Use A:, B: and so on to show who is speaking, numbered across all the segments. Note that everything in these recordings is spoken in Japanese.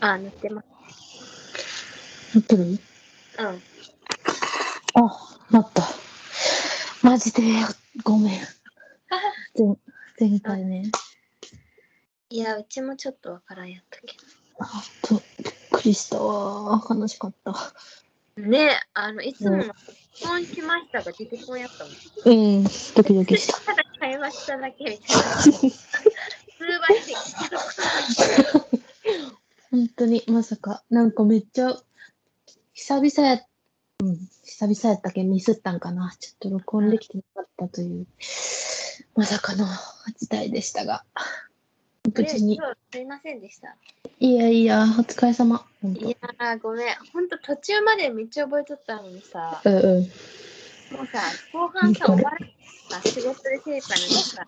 A: あ、塗ってます。
B: なってる
A: うん。
B: あ、なった。マジで、ごめ ん。前前回ね。
A: いや、うちもちょっとわからんやったけ
B: あと、びっくりしたわ。悲しかった。
A: ど。ねえ、あの、いつも、
B: うん
A: 結婚しましたが出てこんやったもん。
B: うん、ドキドキした。
A: ただ会話しただけみたいな。 数倍で。
B: 本当に、まさか。なんかめっちゃ、久々や、うん、久々やったけんミスったんかな。ちょっと録音できてなかったという、まさかの事態でしたが。無事に。
A: 今日すいませんでした。
B: いやいや、お疲れ様。本
A: い
B: 当。
A: やー、ごめん。ほんと途中までめっちゃ覚えとったのにさ、
B: うんうん。
A: もうさ、後半さ、終わるさ、仕事で精一杯なのにさ、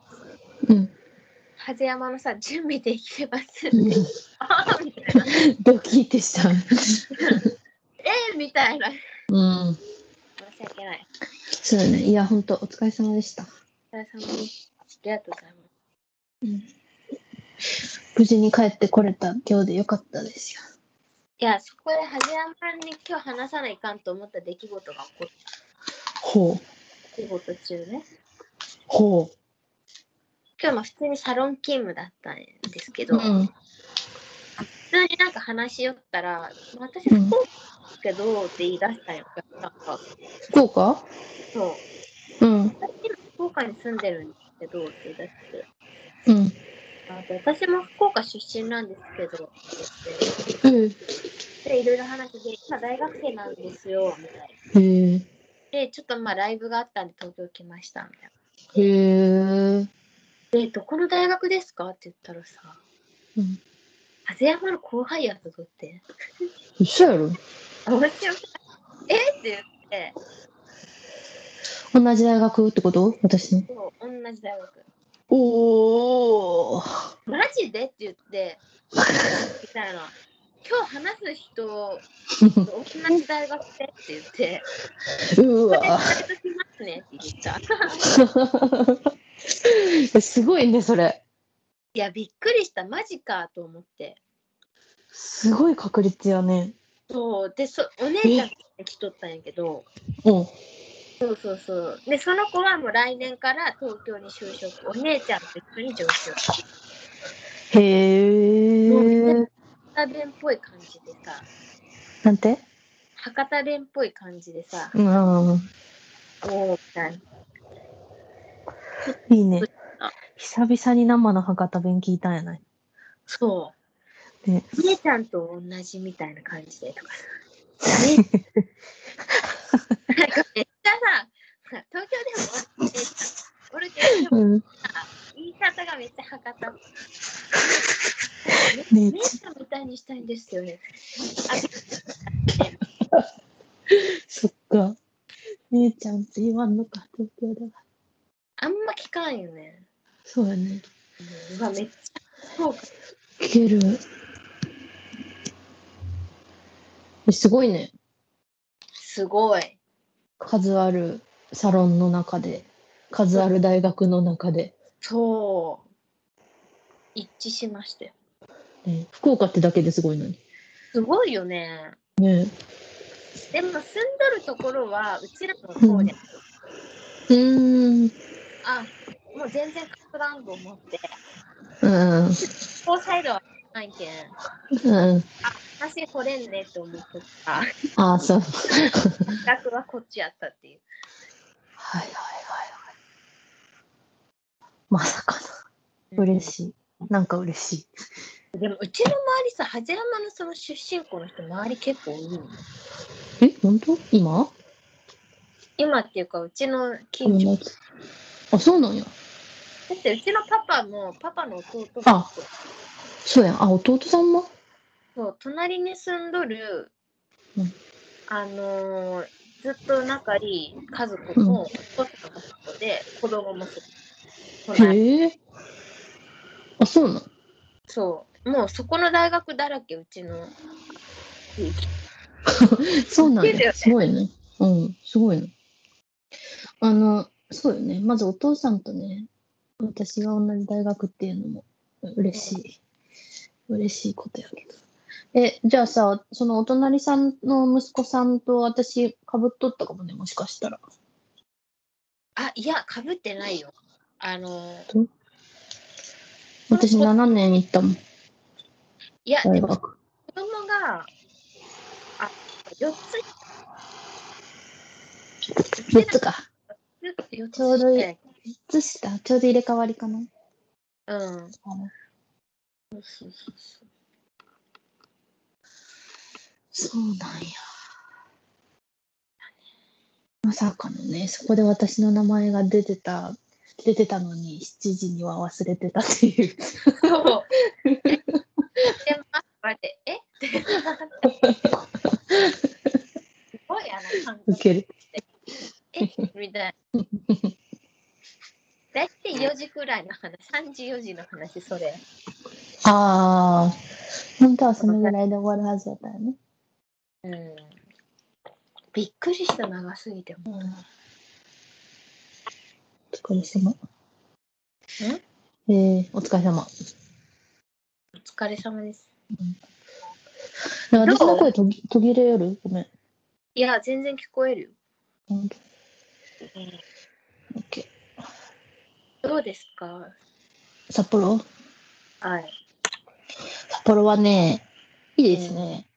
B: うん、
A: はじやまのさ、準備できて ますって。あーみたいな。
B: ドキッてした。
A: えー、みたいな。
B: うん、
A: 申し訳ない。
B: そうだね。いや、本当お疲れ様でした。
A: お疲れ様です。ありがとうございます。
B: 無事に帰ってこれた今日でよかったですよ。
A: いや、そこではじやまに今日話さないかんと思った出来事が起こっ
B: ほう、
A: た。出来事中ね。
B: ほ
A: 今日も普通にサロン勤務だったんですけ
B: う。
A: ど、
B: うん、
A: 普通になんか話しよったら、私不
B: う
A: 幸
B: ん
A: だけどって言い出したんよ。なんか、
B: 福岡
A: そう。
B: うん、
A: 私今福岡に住んでるんですけどって言い出して、
B: うん、
A: あと私も福岡出身なんですけどって言っ
B: うん。
A: て、で、いろいろ話で、今大学生なんですよ、みたいな。
B: へえ、
A: で、ちょっとまあライブがあったんで東京来ました、みたい
B: へえ、
A: な。で、どこの大学ですかって言ったらさ、
B: うん。
A: 風山の後輩やったぞって。
B: 嘘やろ
A: 面白くないえって言って、
B: 同じ大学ってこと私の。
A: そう、同じ大学。
B: お お。
A: マジでって言って、みたいな。今日話す人、同じ大学生って言って、
B: う
A: これでバ
B: わ。
A: イトしますねって言った。い
B: すごいね、それ。
A: や、びっくりした、マジかと思って。
B: すごい確率やね。
A: そう、で、そお姉ちゃんが来とったんやけど、
B: うん。
A: そうそうそう。で、その子はもう来年から東京に就職、お姉ちゃんと一緒に上京。
B: へえ。
A: 博多弁っぽい感じでさ、
B: なんて
A: 博多弁っぽい感じでさ、
B: うん。
A: おーみたいな。
B: いいね
A: あ。
B: 久々に生の博多弁聞いたんやない。
A: そう。
B: ね
A: お姉ちゃんと同じみたいな感じでとかさ。なんかめっちゃさ、東京でもおるおるけど、
B: うん。
A: 言い方がめっちゃ博多。姉
B: ね
A: ちゃんみたいにしたいんですよね。
B: そっか。姉ちゃんって言わんのか、東京では。
A: あんま聞かんよね。
B: そうやね。
A: うんうわ、めっちゃ。そうか。
B: 聞ける。えすごいね。
A: すごい。
B: 数あるサロンの中で、数ある大学の中で。
A: そう。一致しましたよ。
B: ね、福岡ってだけですごいのに。
A: すごいよね。
B: ね
A: でも住んどるところはうちらの方で、
B: うーん。
A: あもう全然カップランドを持って
B: うん。
A: こうサイドはないけん
B: うん。
A: 私掘れんねって思っとった
B: ああ、そう。
A: 楽はこっちやったっていう
B: はいはいはいはい。まさかの。嬉しい。なんか嬉しい。
A: でもうちの周りさ八山のその出身校の人周り結構多いの
B: え、本当今
A: 今っていうかうちの近所
B: 友達あ、そうなんや。
A: だってうちのパパもパパの弟も
B: あそうやん。あ、弟さんも
A: そう隣に住んどる、
B: うん
A: あのーずっと仲いい家族も、お父さんがそこで子供もそこ隣
B: へえ。あ、そうなん。
A: そう。もうそこの大学だらけ、うちの地域。
B: そうなん
A: いいだよ
B: よ。
A: ね
B: すごいね。うん、すごいの。あの、そうよね。まずお父さんとね、私が同じ大学っていうのも嬉しい。嬉しいことやけど。え、じゃあさ、そのお隣さんの息子さんと私、かぶっとったかもね、もしかしたら。
A: あ、いや、かぶってないよ。あの、
B: 私、7年行ったもん、
A: いや、
B: 大
A: でも子
B: 学。
A: 供が、あ、4つ、
B: 4つか。
A: 4つ
B: ちょうどいい
A: 下
B: 4つした。ちょうど入れ替わりかな。
A: うん。
B: あの
A: そうそうそう
B: そうなんや。まさかのね、そこで私の名前が出てた、出てたのに、7時には忘れてたっていう。
A: そう。でも、あこうやって、えって。すごい、あの、感
B: ウ
A: 覚、
B: ケる。
A: えみたいな。だいたい4時くらいの話、3時、4時の話、それ。
B: ああ、本当はそのぐらいで終わるはずだったよね。
A: うん。びっくりした、長すぎても。
B: お疲れ様。えー、お疲れ様。
A: お疲れ様です。
B: 私の声途切途切れよるごめん。
A: いや、全然聞こえるよ。
B: 本当オッケー
A: どうですか
B: 札幌
A: はい。
B: 札幌はね、いいですね。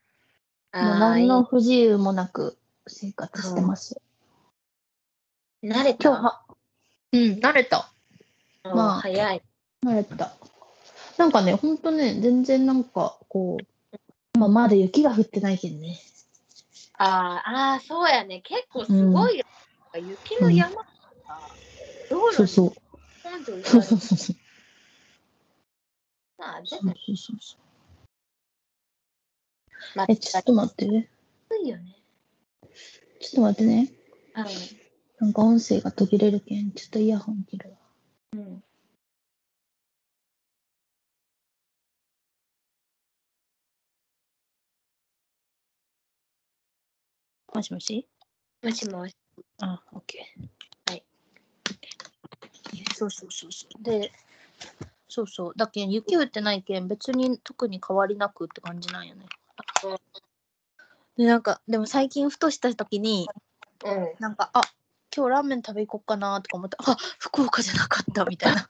B: もう
A: ーい
B: 何
A: い
B: の不自由もなく生活してます。
A: 慣れた
B: 今日は、うん、慣れた。
A: もう
B: まあ
A: 早い。
B: 慣れた。なんかね、ほんとね、全然なんか、こう、まあ、まだ雪が降ってないけどね。
A: あーあー、そうやね。結構すごいよ。雪の山とか、道路
B: そう
A: に
B: そう。
A: ポンと浮
B: そう
A: か
B: そ
A: れ
B: うそうそう。
A: まあ、
B: そ
A: 絶
B: う
A: 対
B: そうそうそう
A: まあ
B: え、ちょっと待ってね。
A: 暑いよね。
B: ちょっと待ってね。
A: うん。
B: なんか音声が途切れるけん、ちょっとイヤホン切るわ。
A: うん
B: もしもし
A: もしもし。
B: あ、オッケー。
A: はい。
B: そうそうそうそう。で、そうそう。だけん、雪降ってないけん、別に特に変わりなくって感じなんよね
A: うん。
B: で、なんか、でも最近ふとした時に、
A: うん。
B: なんか、あ今日ラーメン食べ行こうかなとか思って、あ福岡じゃなかったみたいな。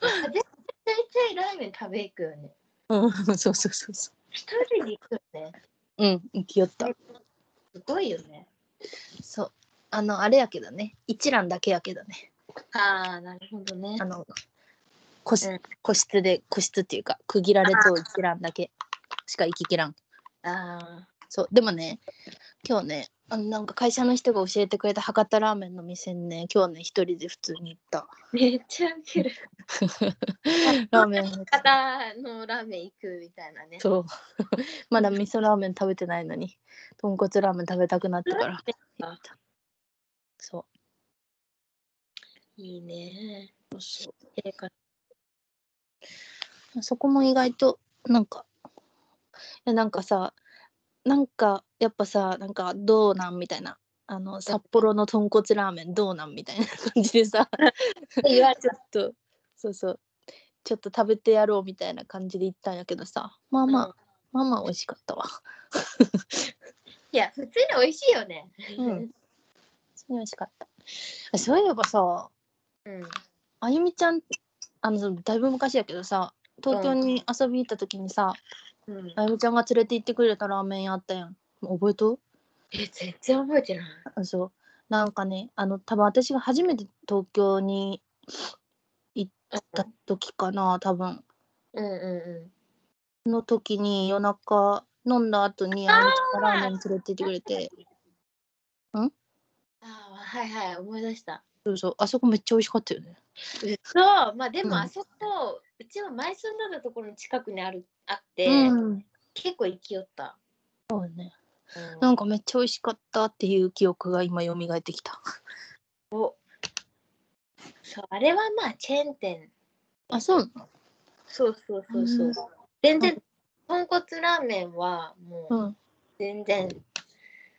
A: 大体ラーメン食べ行くよね。
B: うん、 そうそうそうそ
A: 一人で行くよね。
B: う。うん、行きよった。
A: すごいよね。
B: そう。あの、あれやけどね、一覧だけやけどね。
A: ああ、なるほどね
B: あ。の、個室,、
A: うん
B: 個室で、個室っていうか、区切られと一覧だけしか行ききらん。
A: あ
B: そう。でもね、今日ね、あのなんか会社の人が教えてくれた博多ラーメンの店にね、今日ね、一人で普通に行った。
A: あ、めっちゃウケる。
B: ラーメン。
A: 方のラーメン行くみたいなね。
B: そう。 まだ味噌ラーメン食べてないのに、豚骨ラーメン食べたくなったから。行ったそ
A: いいね。
B: うそ
A: ええか
B: う。そこも意外と、なんか、いやなんかさ、なんか、やっぱさ、なんか、どうなんみたいな。あの、札幌の豚骨ラーメンどうなんみたいな感じで さ、
A: 言われ
B: ちょっと、そうそう。ちょっと食べてやろうみたいな感じで行ったんやけどさ、まあまあ、まあまあ美味しかったわ。
A: いや、普通に美味しいよね。
B: うん。美味しかった。あそういえばさ、
A: うん。
B: あゆみちゃんあのだいぶ昔やけどさ東京に遊びに行った時にさ、
A: うん、
B: あゆみちゃんが連れて行ってくれたラーメン屋あったやん覚えとう
A: え、全然覚えてない。
B: あそうなんかねあの多分私が初めて東京に行った時かな多分
A: うんう
B: の時に夜中飲んだ後にあゆみちゃんがラーメン連れて行ってくれて
A: んうん。ああ、はいはい、思い出した。
B: そうそうあそこめっちゃ美味しかったよね
A: そう、まあで
B: うん
A: もあそこ、うちは前住んでたところの近くにあるあって、
B: うん
A: 結構行きよった。
B: そうね
A: うん
B: なんかめっちゃ美味しかったっていう記憶が今蘇ってきた
A: そうあれはまあチェーン店。
B: あそうなの
A: そうそうそうそう。
B: うん
A: 全然豚骨ラーメンはもう
B: うん。
A: 全然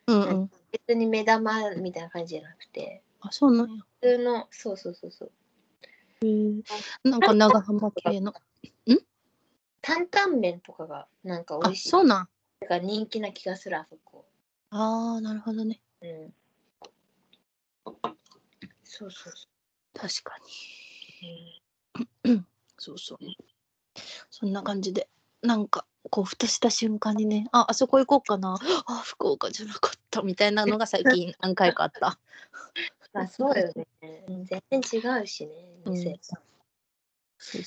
B: うん
A: うん。別に目玉みたいな感じじゃなくて
B: あ、そうなんや。
A: 普通のそうそうそうそう
B: なんか長浜系の。
A: 担々麺とかがなんか美
B: あ、
A: 味しい
B: そうなん。
A: とか人気な気がするあそこ
B: ああ、なるほどね。
A: うんそうそうそ
B: 確かに。
A: う、うん
B: そうそう。そんな感じで、なんか、こう、ふとした瞬間にね、あ、あそこ行こうかな。あ、福岡じゃなかったみたいなのが最 近何回かあった。
A: まあそうよね。全然違うしね、
B: うん
A: 店。
B: そうそう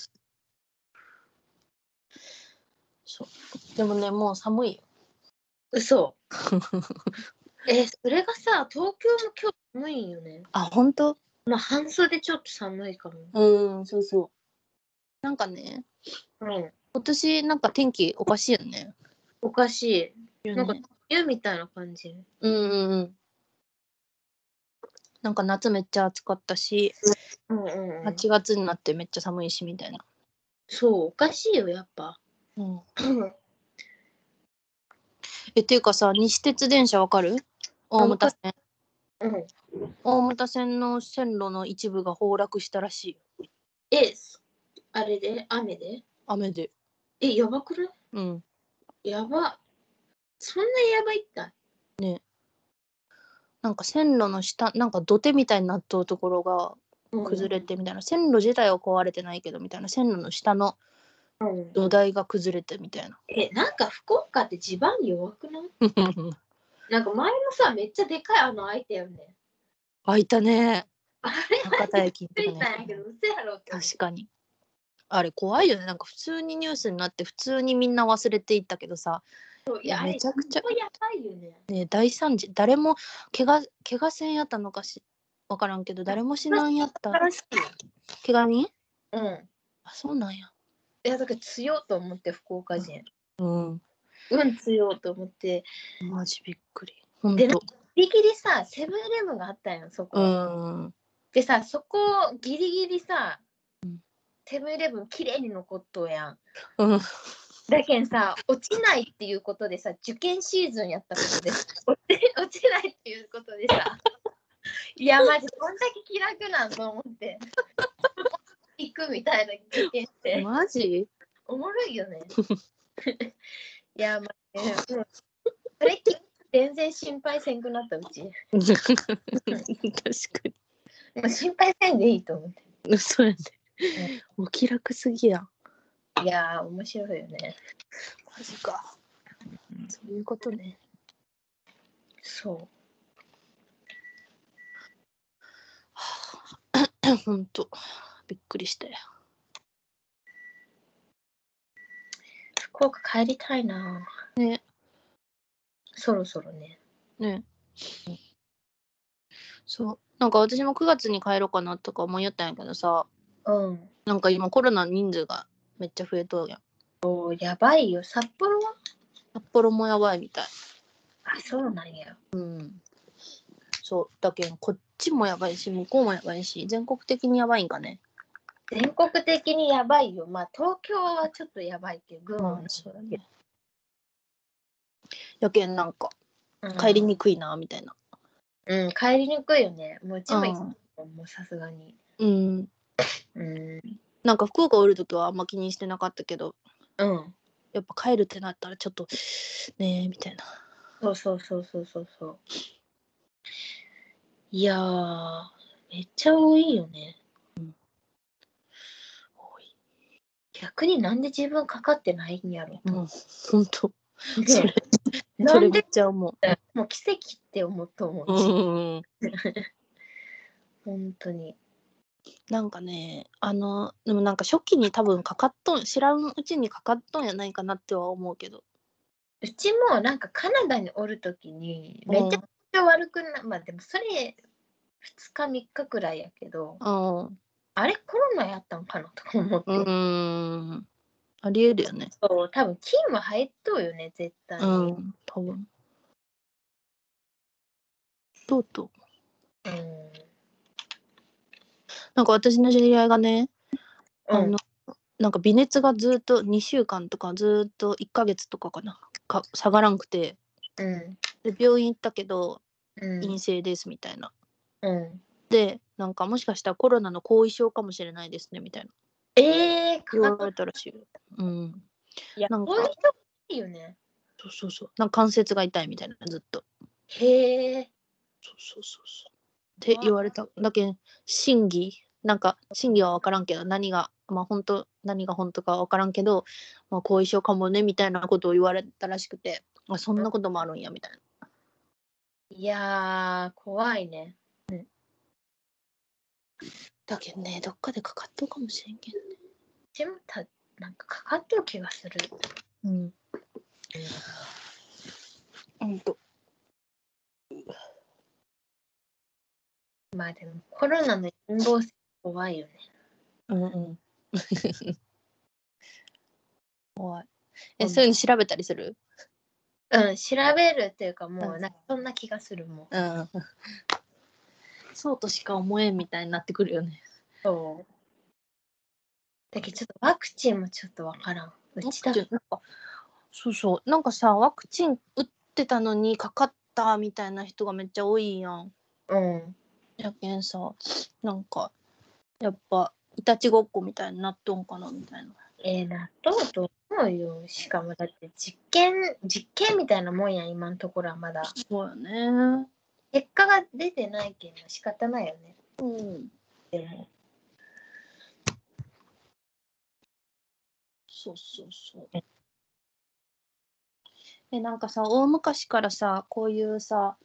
B: そう。でもね、もう寒いよ。
A: 嘘。 え、それがさ、東京も今日寒いんよね。
B: あ、本当
A: まあ半袖ちょっと寒いかも。
B: うん、そうそう。なんかね、
A: うん。
B: 今年なんか天気おかしいよね。
A: おかしい。なんか
B: ね
A: 冬みたいな感じ。
B: うんうんうん。なんか夏めっちゃ暑かったし、
A: うんうん、うん。
B: 8月になってめっちゃ寒いしみたいな。
A: そう、おかしいよ、やっぱ。
B: うん、
A: うん
B: えっていうかさ西鉄電車わかる大牟田線
A: うん。
B: 大牟田線の線路の一部が崩落したらしいよ
A: え、そあれで雨で
B: 雨で
A: え、やばくな
B: うん
A: いやば。そんなやばいった
B: なんか線路の下なんか土手みたいになっとうところが崩れ
A: て。
B: てみたいな、線路自体は壊れてないけどみたいな線路の下の
A: うん、
B: 土台が崩れてみたいな
A: え、なんか福岡って地盤弱くないなんか前のさ、めっちゃでかいあの開いたよね。
B: 開いたね
A: あれ
B: 博多駅
A: つ
B: と
A: い
B: か
A: たんや
B: ね
A: けど、うせやろって思う。
B: 確かにあれ怖いよねなんか普通にニュースになって普通にみんな忘れていったけどさ
A: いや、あれ、
B: めちゃくちゃ
A: ほんとやばいよね。
B: ね大惨事誰も怪我怪我せんやったのかし分からんけど誰も死なんやった
A: 新しい。
B: 怪我人
A: うん。
B: あそうなんや
A: いや、だから強いと思って、福岡人。
B: うん
A: うん、強いと思って。
B: マジびっくりほん
A: でな
B: と
A: ギリギリさ、セブンイレブンがあったんやん、そこ。
B: うん
A: でさ、そこ、ギリギリさ、セブンイレブン綺麗に残っとうやん。
B: うん
A: だけんさ、落ちないっていうことでさ、受験シーズンやったことで、落ち 落ちないっていうことでさ、いや、マジ、こんだけ気楽なんと思って、行くみたいな経験して、
B: マジ
A: おもろいよ ね。いや、まあね、うんそれって全然心配せんくなったうち、
B: 確か
A: もう心配せんでいいと思って。
B: にそうやねお気楽すぎや
A: いやー、面白いよね。
B: マジかそういうことね
A: そう。
B: ほんとびっくりしたよ
A: 福岡帰りたいな
B: ね
A: そろそろね。
B: ねそうなんか私も9月に帰ろうかなとか思いよったんやけどさ、
A: うん。
B: なんか今コロナ人数がめっちゃ増えとうやん。
A: おやばいよ。札幌は
B: 札幌もやばいみたい。
A: あ、そうなんや。
B: うん。そう。だけどこっちもやばいし、向こうもやばいし、全国的にやばいんかね。
A: 全国的にやばいよ。まあ、東京はちょっとやばいけど、群馬は
B: そうだ
A: ね。
B: やけんなんか
A: うん
B: 帰りにくいなみたいな。
A: うん、帰りにくいよね。もううちも行
B: うん
A: くもうさすがに。
B: うん。
A: うん。
B: なんか福岡おるときはあんま気にしてなかったけど、
A: うん。
B: やっぱ帰るってなったらちょっとねえみたいな。
A: そうそうそうそうそうそう。いやー、めっちゃ多いよね。
B: 多い。
A: 逆になんで自分かかってないんやろ。
B: うん。ほんと。
A: ね
B: それ、
A: な
B: それ
A: ん
B: めっ
A: で
B: ちゃ思
A: もう奇跡って思うと思
B: う。
A: う
B: う
A: し、
B: ん。
A: 本当に。
B: なんかね、あの、でもなんか初期に多分かかっとん、知らんうちにかかっとんやないかなっては思うけど。
A: うちもなんかカナダにおるときに、めちゃくちゃ悪くな、まあでもそれ2日3日くらいやけど、
B: うん。
A: あれコロナやったんかなとか思って。
B: うーん。ありえるよね。
A: そう多分菌は入っとうよね、絶対に。
B: う、ん、多分。とうとう。なんか私の知り合いがね、
A: う
B: あ
A: ん
B: の、なんか微熱がずっと2週間とかずっと1ヶ月とかかなか下がらんくて
A: うん
B: で病院行ったけど
A: うん
B: 陰性ですみたいな、
A: うん
B: でなんかもしかしたらコロナの後遺症かもしれないですねみたいな
A: ええー、
B: 言
A: か
B: わ
A: かっ
B: れたらしいようん
A: いや
B: なんか
A: こういう人いいよね
B: そうそうそうなんか関節が痛いみたいなずっと
A: へえ
B: そうそうそうそうって言われただけん真偽なんか真偽は分からんけど何がまあ本当何が本当かは分からんけど、まあ、後遺症かもねみたいなことを言われたらしくてあそんなこともあるんやみたいない
A: やー怖いね
B: だけどねどっかでかかっとうかもしれんけど
A: でもたなんかかかってる気がする
B: うん。うんと。
A: まあでもコロナの陰謀説怖いよね
B: うんうん。 怖い。え、そういうの調べたりする
A: うん調べるっていうかも
B: う
A: うんなんかそんな気がするもん
B: うん。 そうとしか思えんみたいになってくるよね。
A: そうだけどちょっとワクチンもちょっとわからんうちだ
B: ワクチンなんかそうそう。なんかさ、ワクチン打ってたのにかかったみたいな人がめっちゃ多いやん。
A: うん
B: やけんさ、なんか、やっぱ、いたちごっこみたいになっとんかなみたいな。
A: えー、納豆と思うよしかもだって実験実験みたいなもんやん今のところはまだ
B: そうよね。
A: 結果が出てないけど仕方ないよね
B: うん。
A: でも
B: そうそうそう。え、なんかさ、大昔からさ、こういうさ、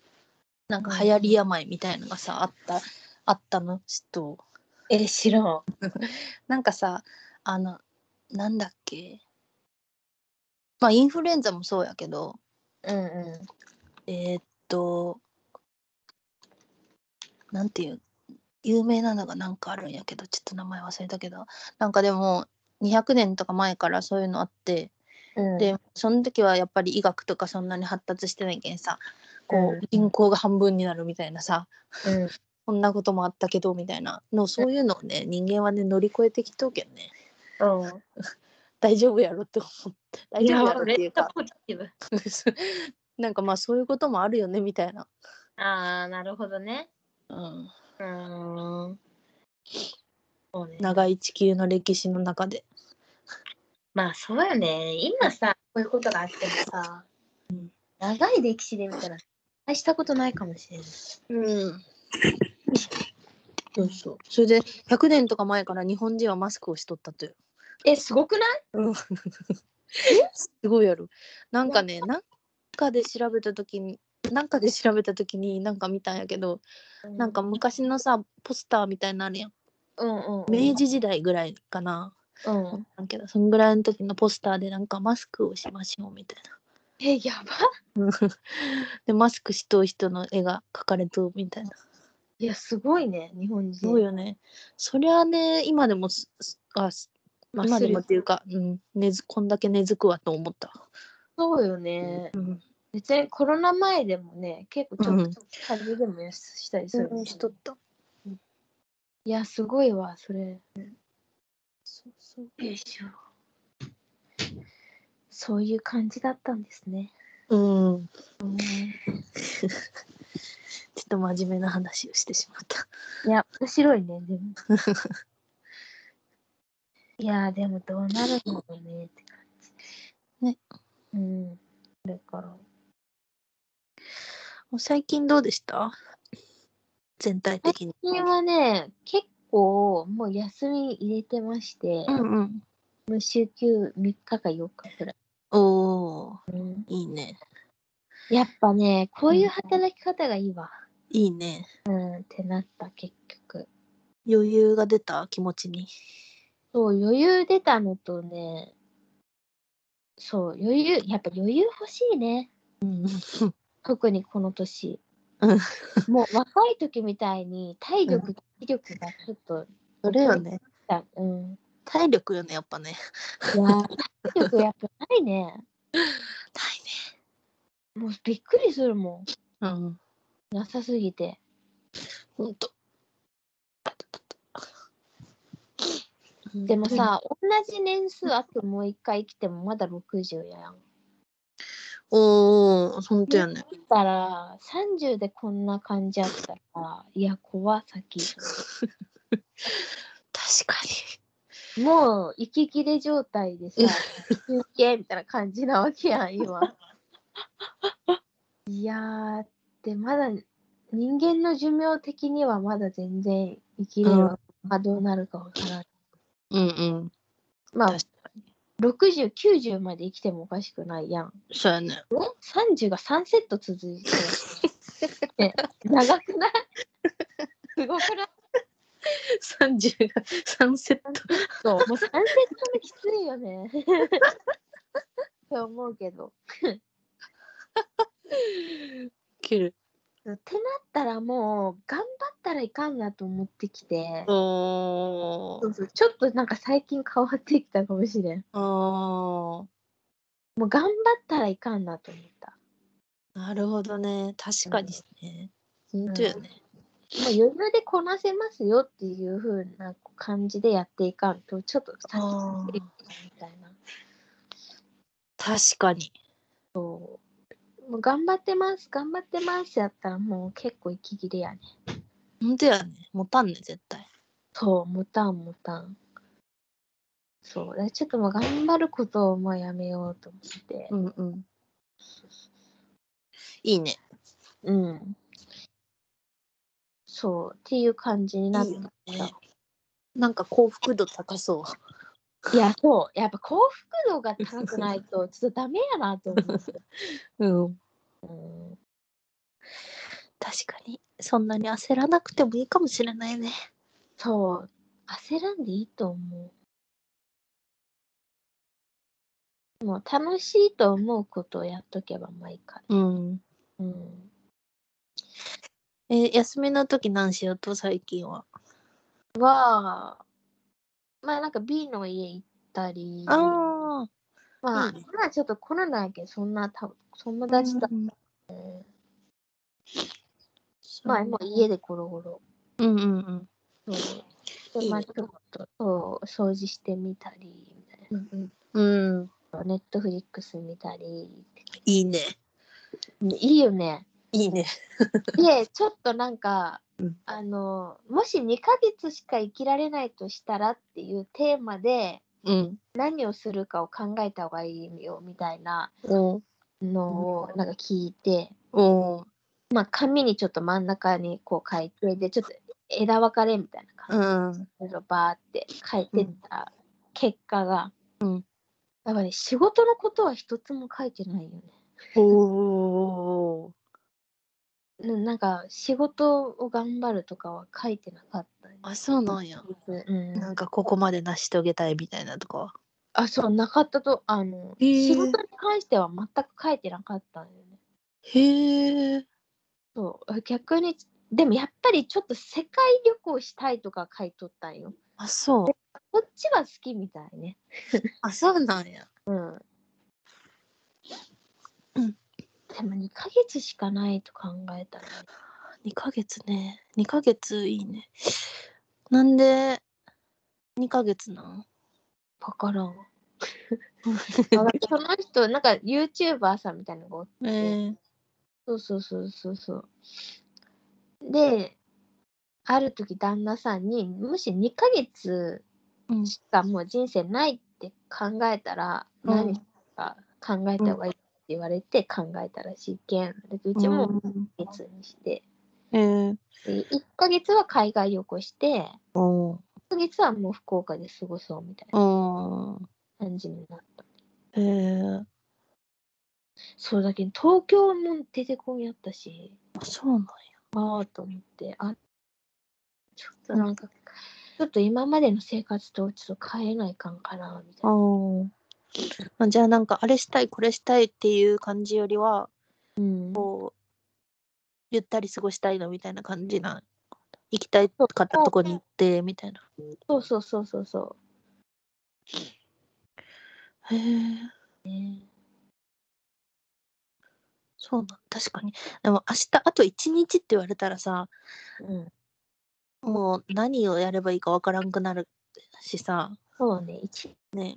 B: なんか流行り病みたいのがさ、あった、あったの知っとう
A: えー、知らん
B: なんかさ、あの、なんだっけ。まあ、インフルエンザもそうやけど、
A: うんう
B: えーっと、なんていう、有名なのがなんかあるんやけど、ちょっと名前忘れたけど、なんかでも、200年とか前からそういうのあって、
A: んうん
B: でその時はやっぱり医学とかそんなに発達してないけんさこ
A: うん
B: う人口が半分になるみたいなさ
A: うん
B: そんなこともあったけどみたいなのそういうのをね人間はね乗り越えてきとうけんね
A: うん
B: 大丈夫やろって思って大丈夫やろっ
A: め
B: てい
A: っ
B: う
A: ちゃ
B: か
A: ポジティブ
B: なんかまあそういうこともあるよねみたいな、
A: ああなるほどね
B: うん、
A: うーんそうね
B: 長い地球の歴史の中で
A: まあそうよね今さこういうことがあってもさ、長い歴史で見たら大したことないかもしれない
B: うんそうそうそれで100年とか前から日本人はマスクをしとったという
A: えすごくない
B: すごいやろ。なんかね、なんかで調べたときに、なんかで調べたときに、なんか見たんやけど、なんか昔のさ、ポスターみたいなのあるやん。
A: うんうんうん
B: 明治時代ぐらいかな。
A: うん
B: なんけど、そんぐらいの時のポスターで、なんかマスクをしましょうみたい
A: えやば
B: な。で、マスクしとう人の絵が描かれとうみたいな。
A: いやすごいね日本人
B: すごいよね。そりゃね、今でもす、すあ、す
A: まあ
B: 今です
A: る
B: もっていうか、うん、根付こんだけ根付くわと思った。
A: そうよね、
B: うん
A: 別にコロナ前でもね結構ちょっと感じでもやすしたりする、
B: しとった。
A: いやすごいわそれ
B: そうそう。
A: よいしょそういう感じだったんですね
B: うん。ちょっと真面目な話をしてしまった。
A: いや、面白いね、 でも。いやー、でもどうなるのろうねって感じ。
B: ね。
A: うん。だから。
B: もう最近どうでした全体的に。
A: 最近はね、結構もう休み入れてまして、
B: うんうん。
A: もう週休3日か4日くらい。
B: おー、いいね。
A: やっぱね、こういう働き方がいいわ。
B: いいね。
A: うん、ってなった、結局。
B: 余裕が出た気持ちに。
A: そう、余裕出たのとね、そう、余裕、やっぱ余裕欲しいね。
B: うん。
A: 特にこの年、
B: うん
A: もう若い時みたいに体力、気力がちょっと
B: それよね。
A: だ、うん、
B: 体力よね、やっぱね。
A: いやー体力やっぱないね
B: 体
A: もうびっくりするも
B: ね。うん。
A: んなさすぎて
B: ほんと。
A: でもさ、同じ年数あともう一回来てもまだ60やん。
B: おお、本当やね。
A: だから、30でこんな感じやったら、いや、怖さき。
B: 確か
A: もう、息切れ状態でさ、休憩みたいな感じなわけやん、今。いやー、で、まだ、人間の寿命的にはまだ全然生きれるわまあどうなるかわからない。
B: に。うんうん。
A: まあ
B: 確、
A: 60、90まで生きてもおかしくないやん。
B: そうやね。
A: 30が3セット続いてね長くない すごくない
B: 三十が三セット。
A: そうもう3セット目きついよねって思うけど
B: 切る。
A: ってなったらもう頑張ったらいかんなと思ってきて
B: お
A: そうそうちょっとなんか最近変わってきたかもしれん
B: お。あ
A: もう頑張ったらいかんなと思った
B: あ。なるほどね。確かにね。本当やね。
A: もう余裕でこなせますよっていう風な感じでやっていかんとちょっと先
B: あー
A: みたいな
B: 確かに。
A: もう頑張ってます頑張ってますやったらもう結構息切れやね
B: 本当やね。持たんね、絶対。
A: そう持たん持たんそうだからちょっともう頑張ることをもうやめようと思って
B: うんうん。いいね。
A: うん、そうっていう感じになった
B: いいよねなんか幸福度高そう。
A: いやそうやっぱ幸福度が高くない とちょっとダメやなと思う
B: うん。確かに、そんなに焦らなくてもいいかもしれないね。
A: そう焦らんでいいと思うもう楽しいと思うことをやっとけばまあいいか
B: うん。
A: なうん
B: えー休みの時何しようと最近は。
A: は、まあなんか B の家行ったり、
B: ああ。
A: まあ、
B: いいね
A: まあちょっとコロナやけど、そんなた友達と、まあもう家でゴロゴロ。
B: うんうんうん。
A: そう
B: い
A: で、
B: い
A: まあ
B: ね
A: ちょっとそう掃除してみたり、みたい
B: うん。
A: なネットフリックス見たり。
B: いいね。
A: いいよね。
B: いいね。
A: で、ちょっとなんか、
B: うん
A: あの、もし2ヶ月しか生きられないとしたらっていうテーマで、
B: うん。
A: 何をするかを考えた方がいいよみたいな
B: おう
A: のをなんか聞いて、
B: おう
A: まあ、紙にちょっと真ん中にこう書いてでちょっと枝分かれみたいな
B: う
A: 感
B: ん。
A: じでバーって書いてった結果が、
B: うん
A: だからね仕事のことは一つも書いてないよね。
B: おお。
A: ななんか仕事を頑張るとかは書いてなかったね、
B: あ、そうなんや。
A: うん、
B: なんかここまで成し遂げたいみたいなとかは。
A: あそうなかったとあの、
B: へー
A: 仕事に関しては全く書いてなかったんよね。
B: へえ。
A: そう逆にでもやっぱりちょっと世界旅行したいとか書いとったんよ。
B: あ、そう。
A: こっちは好きみたいね。
B: あ、そうなんや。
A: でも2ヶ月しかないと考えたら、
B: 2ヶ月ね。2ヶ月いいね。なんで2ヶ月なん
A: わからん。あその人、なんか YouTuber さんみたいなのがおって、
B: えー、
A: そうそうそうそうそう。で、ある時旦那さんに、もし2ヶ月
B: うん。
A: しかもう人生ないって考えたら、
B: うん
A: 何か考えた方がいいって言われて考えたらしいけん。でうちも2ヶ月にして、
B: えー、
A: で1ヶ月は海外旅行して、
B: お
A: 1ヶ月はもう福岡で過ごそうみたいな
B: お
A: 感じになった。
B: えー、
A: そうだけど東京も出てこんやったし
B: あそうなんや。
A: ああと思ってあちょっとなんかちょっと今までの生活とちょっと変えないかんかなみたいな、
B: おあじゃあなんかあれしたいこれしたいっていう感じよりは
A: うん、
B: ゆったり過ごしたいのみたいな感じなん行きたいかったとこに行ってみたいな。
A: そうそうそうそうそ
B: へえ。
A: う、ね、
B: そうなん確かに。でも明日あと1日って言われたらさ
A: うん
B: もう何をやればいいかわからんくなるしさ
A: そうね、一
B: ね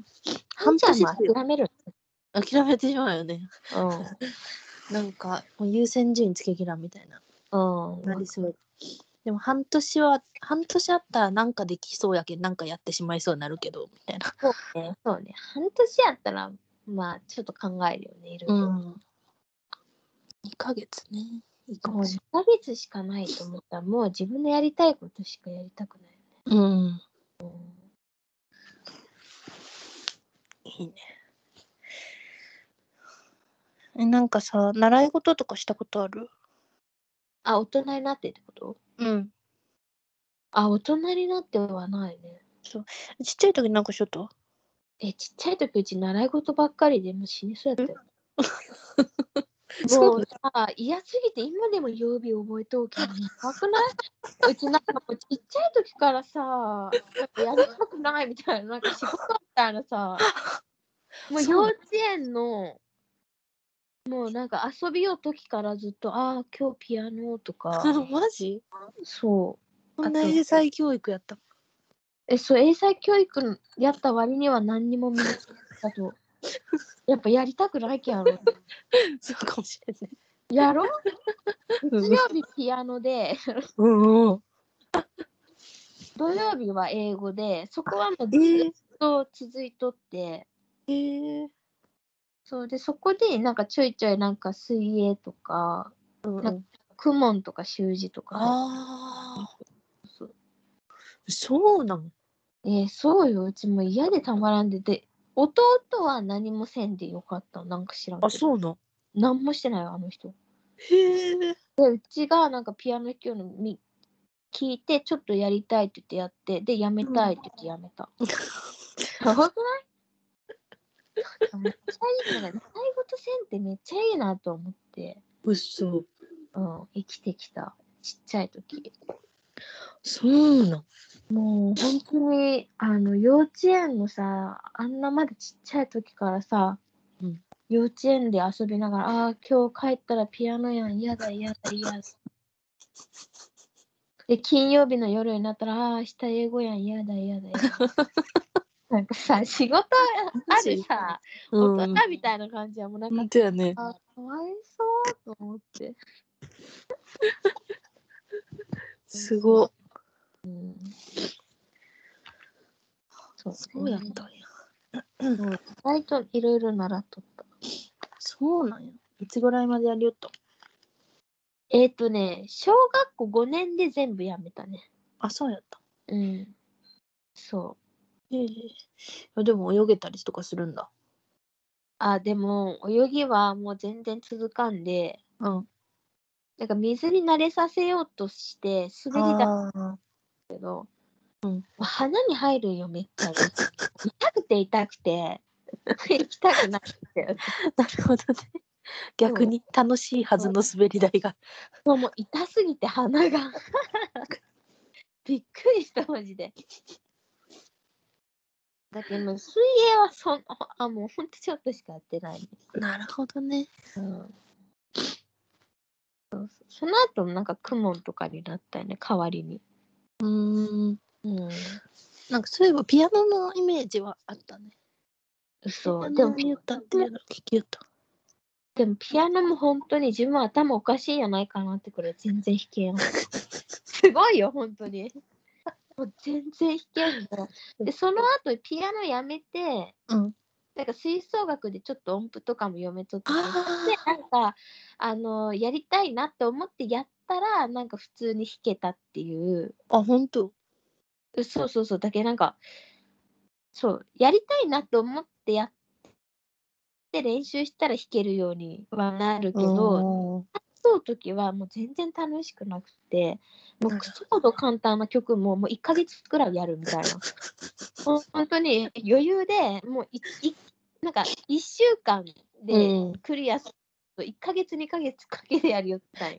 A: 半
B: 半
A: 年
B: 年
A: は諦める。
B: 諦めてしまうよね
A: う。
B: なんかもう優先順位つけきらんみたいなん
A: うん。
B: なりそうでも半年は半年あったらなんかできそうやけんなんかやってしまいそうになるけどみたいな
A: そうね、そうね。半年やったら、まあ、ちょっと考えるよね、いろいろ。
B: ん2ヶ月ねいいか
A: もう
B: もし
A: 2ヶ月しかないと思ったら、もう自分のやりたいことしかやりたくない。
B: れないうんいいねえなんかさ習い事とかしたことある
A: あ、大人になってってこと
B: うん
A: あ、大人になってはないね。
B: ちっちゃい時なんかしよった
A: え、ちっちゃい時うち習い事ばっかりでもう死にそうやったよ。
B: そ
A: もうさ、嫌すぎて今でも曜日覚えておきなかくないうちなんかもうちっちゃい時からさ、なんかやりたくないみたいな、なんか仕事みたいな さ、もう
B: そ
A: 幼
B: う
A: 稚園の、もうなんか遊びよう時からずっと、ああ、今日ピアノと か、
B: マジ
A: そう。
B: こんな英才教育やった
A: え、そう、英才教育のやった割には何にも身につけた と。やっぱやりたくないけやろ。
B: そうかもしれない
A: やろ月曜日ピアノで、
B: うんうん
A: 土曜日は英語で、そこはもう
B: え
A: ず
B: ー
A: っと続いとって、
B: えー
A: そうで、そこでなんかちょいちょいなんか水泳とか、
B: うんうん
A: なん公文とか習字とか。
B: ああそうなん
A: えーそうよ、うちも嫌でたまらんでて、弟は何もせんでよかった、なんか知らんけど。
B: あそうなん
A: 何もしてないよ、あの人。
B: へえ
A: うちがなんかピアノ弾くのみ聞いてちょっとやりたいって言ってやってでやめたいって言ってやめた。やばくないめっちゃいいな。習い事せんってめっちゃいいなと思って、
B: うっそ
A: うん、生きてきたちっちゃい時。
B: そうなん
A: もう本当にあの幼稚園のさあんなまだちっちゃい時からさ、
B: うん
A: 幼稚園で遊びながら「ああ今日帰ったらピアノやん嫌だ嫌だ嫌だ」で金曜日の夜になったら「ああー明日英語やん嫌だ嫌だ嫌だ」 なんかさ仕事あるさ
B: うん
A: 大人みたいな感じはもうなんか、
B: 本当やね
A: あかわいそうと思って。
B: すごっ
A: うんそう
B: そうやったんや
A: そう意外といろいろ習っとった。
B: そうなんやいつぐらいまでやりよった
A: えっ、とね、小学校5年で全部やめたね。
B: あそうやった
A: うん。そう。
B: へえでも泳げたりとかするんだ
A: あ、でも、泳ぎはもう全然続かんで、
B: うん
A: なんか水に慣れさせようとして、滑りだ
B: ああ
A: けど、
B: うん
A: 鼻に入るよ、めっちゃ。痛くて痛くて、行きたくなくて。
B: なるほどね逆に楽しいはずの滑り台が
A: そうもう痛すぎて鼻が。 びっくりした、マジで。だけど、水泳はそんあ、もうほんとちょっとしかやってない。
B: なるほどね
A: うんそうそうその後もなんかクモンとかになったよね代わりに、
B: うーん
A: うん、
B: なんかそういえばピアノのイメージはあったね
A: そう
B: で
A: で
B: も
A: も
B: ピアノ歌っていうの聞きよった
A: でもピアノも本当に自分は頭おかしいんやないかなってくらい全然弾けんすごいよ本当にもう全然弾けんのでその後ピアノやめて
B: うん
A: なんか吹奏楽でちょっと音符とかも読めとってで
B: あー
A: なんかあのやりたいなって思ってやったらなんか普通に弾けたっていう
B: あ本当
A: そうそうそう、だけどなんか、そう、やりたいなと思ってやって練習したら弾けるようにはなるけど、そう時はもう全然楽しくなくて、もう
B: なるほど
A: クソほど簡単な曲ももう1ヶ月くらいやる みたいな。ほん本当に余裕で、もういいなんか1週間
B: う
A: で
B: ん
A: クリアすると1ヶ月2ヶ月かけてやりよったん よ。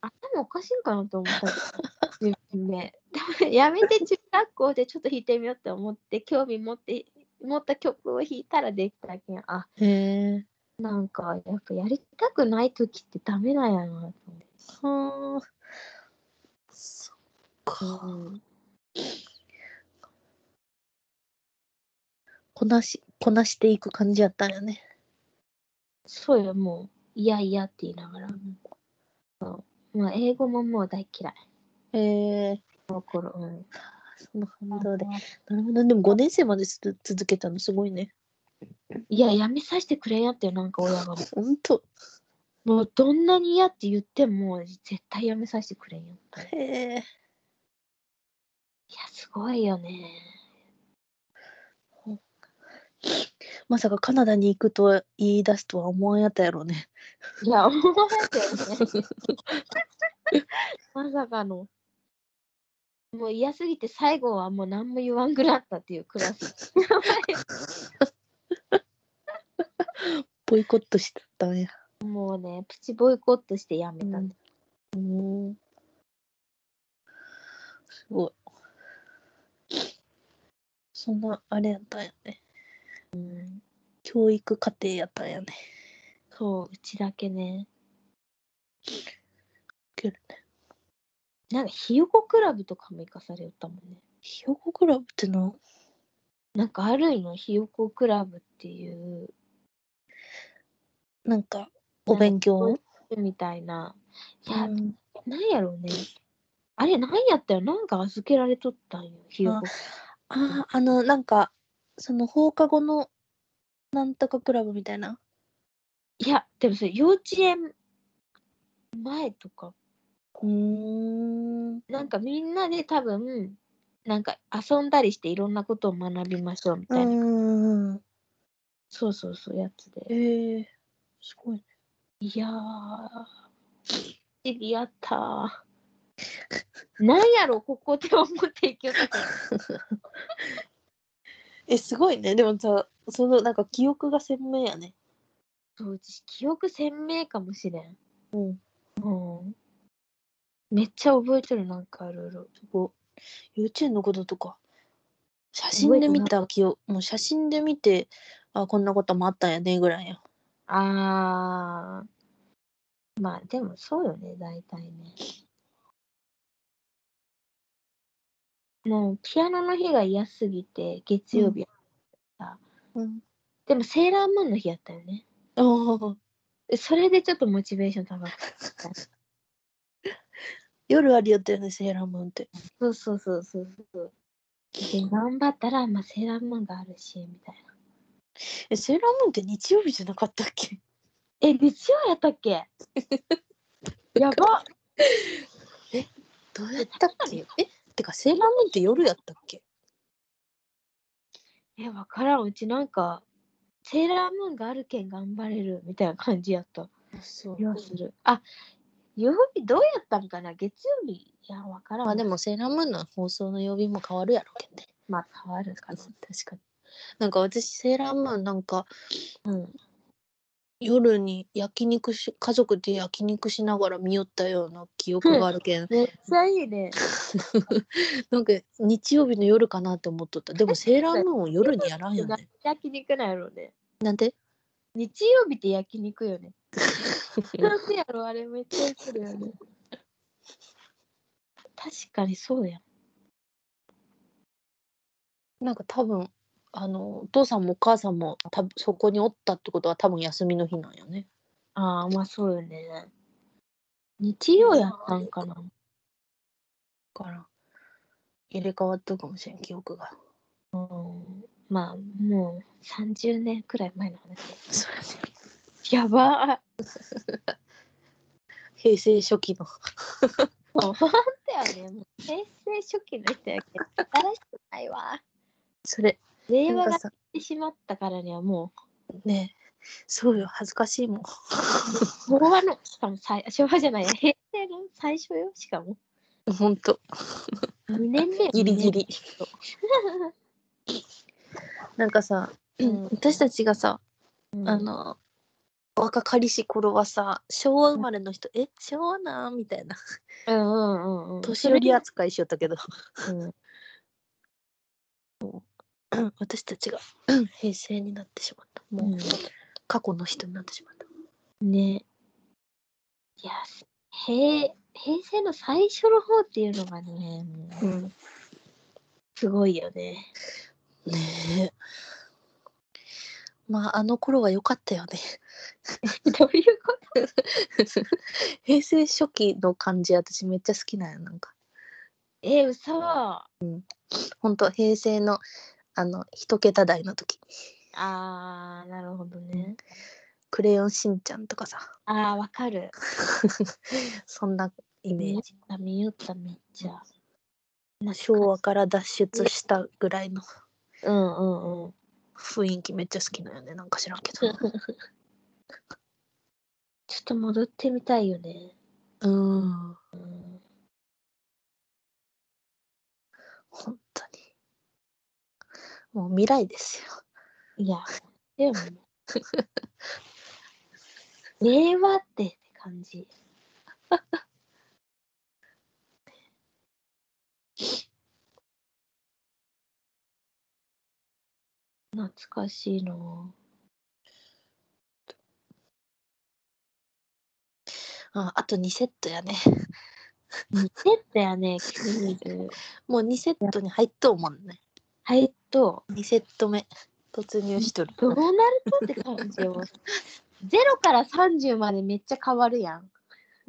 A: 頭おかしいんかなと思ったけど自分で。でもやめて中学校でちょっと弾いてみようって思って興味持って持った曲を弾いたらできたけんあ
B: へえ
A: なんかやっぱやりたくない時ってダメなんやなと思って。
B: はあそっか
A: うん
B: こなし、こなしていく感じやったんやね。
A: そうよ、もう、いやいやって言いながら。そうまあ、英語ももう大嫌い。
B: ええー、
A: の頃、うん。
B: その反動で。なるほど。でも5年生までつづ続けたのすごいね。
A: いや、やめさせてくれんやってよ、なんか親が。
B: ほんと。
A: もう、どんなに嫌って言っても、絶対やめさせてくれんよ。
B: へえ。
A: いや、すごいよね。
B: まさかカナダに行くと言い出すとは思わんやったやろうね。
A: いや、思われよね。まさかの。もう嫌すぎて最後はもう何も言わんぐらいあったっていうクラス。
B: ボイコットしてたんや。
A: もうね、プチボイコットしてやめた、
B: うんうん。すごい。そんな、あれやったんやね。教育課程やったんやね。
A: そう、うちだけね。
B: けどね。
A: なんかひよこクラブとかも行かされよったもんね。
B: ひよこクラブってな、
A: なんかあるいのひよこクラブっていう
B: なんか、お勉強
A: みたいな。いや、
B: うん
A: なんやろうね。あれ、なんやったよ。なんか預けられとったんよ。ひよこ。
B: ああ、あの、なんか、その放課後の、なんとかクラブみたいな。
A: いや、でもそれ幼稚園前とか、
B: うーん。
A: なんかみんなで多分、なんか遊んだりしていろんなことを学びましょうみたいな。
B: うん。
A: そうそうそう、やつで。
B: ええすごいね。
A: いやー、不思議やったー。なんやろ、ここって思っていきよったけど。
B: え、すごいね。でもさ、その、なんか記憶が鮮明やね。
A: そう、うち記憶鮮明かもしれん。
B: うん。
A: うん。めっちゃ覚えてる、なんかいろいろ。
B: すごい。幼稚園のこととか、写真で見た記憶、もう写真で見て、あ、こんなこともあったんやね、ぐらいや。
A: あー。まあ、でもそうよね、大体ね。もう、ピアノの日が嫌すぎて、月曜日やった、
B: うん。
A: でも、セーラームーンの日やったよね。
B: ああ、
A: それでちょっとモチベーション高くなった。
B: 夜ありやったよね、セーラームーンって。
A: そうそうそうそうそう。で頑張ったら、まあ、セーラームーンがあるし、みたいな。
B: え、セーラームーンって日曜日じゃなかったっけ
A: え、月曜やったっ けやば
B: どうやったっけえ、てか、セーラームーンって夜やったっけ
A: え、わからん。うちなんか、セーラームーンがあるけん頑張れるみたいな感じやった。
B: そう
A: 気がする。あ、曜日どうやったんかな月曜日いや、わからん。
B: まあで、も、セーラームーンの放送の曜日も変わるやろうけどね。
A: まあ変わるか
B: か
A: な
B: な。 確かに。なんか私、セーラームーンなんか、
A: うん。
B: 夜に焼肉し、家族で焼肉しながら見よったような記憶があるけん、
A: めっちゃいいね。
B: なんか日曜日の夜かなって思っとった。 でも、セーラームーンを夜にやらんよ
A: な
B: ね。
A: 焼肉なんやろうね。
B: なんで
A: 日曜日って焼肉よ ね。なんでやろあれめっちゃやってるよね。確かにそうやん。
B: なんか多分、あの、お父さんもお母さんも多分そこにおったってことは多分休みの日なんよね。
A: ああ、まあそうよね。日曜やったんかな。
B: から入れ替わったかもしれん記憶が。
A: うん、まあもう30年くらい前の話。
B: そうやね
A: やば
B: 平成初期の。
A: い。もうほんとやね。もう平成初期の人やけど、新しくないわ。
B: それ、
A: 令
B: な
A: 和
B: ん
A: が
B: か
A: 来
B: さ、
A: てしまったからにはも
B: ねえ、そうよ、恥ずかしいもん。
A: う、昭和の、しかも最昭和じゃない、平成の最初よ、しかも。
B: ほんと、
A: 2年目よ
B: ギリギ。リ。なんかさ、
A: うん
B: 私たちがさ、
A: 二年目
B: あ、の、若かりし頃はさ、昭和生まれの人、え、昭和なんみたいな。
A: うんうんうんうん。
B: 年寄り扱いしよったけど、
A: うん
B: うん 私たちが平成になってしまった。もう、過去の人になってしまった。
A: ね。いや、平平成の最初の方っていうのがね、もう
B: うん。
A: すごいよね。
B: ねえ。まああの頃は良かったよね
A: どういうこ
B: 平成初期の感じ私めっちゃ好きなんよなんか
A: とえ、嘘。あ
B: ほんと平成のあの一桁台の時
A: あー、なるほどね。
B: 「クレヨンしんちゃん」とかさ
A: あー、わかる。
B: そんなイメー
A: 見よ
B: ジ
A: った、見よった、めっちゃ。
B: 昭和から脱出したぐらいの
A: うんうんうん。
B: 雰囲気めっちゃ好きなんよねなんか知らんけど
A: ちょっと戻ってみたいよね。
B: うん本当にもう未来ですよ
A: いや、でも、令和ってって感じ。懐かしいなぁ
B: ああと2セットやね
A: 似てったよね、キー
B: もう2セットに入っとうもんね
A: はい、と、
B: 2セット目突入しとる
A: どうなるとって感じよ。0から30までめっちゃ変わるやん。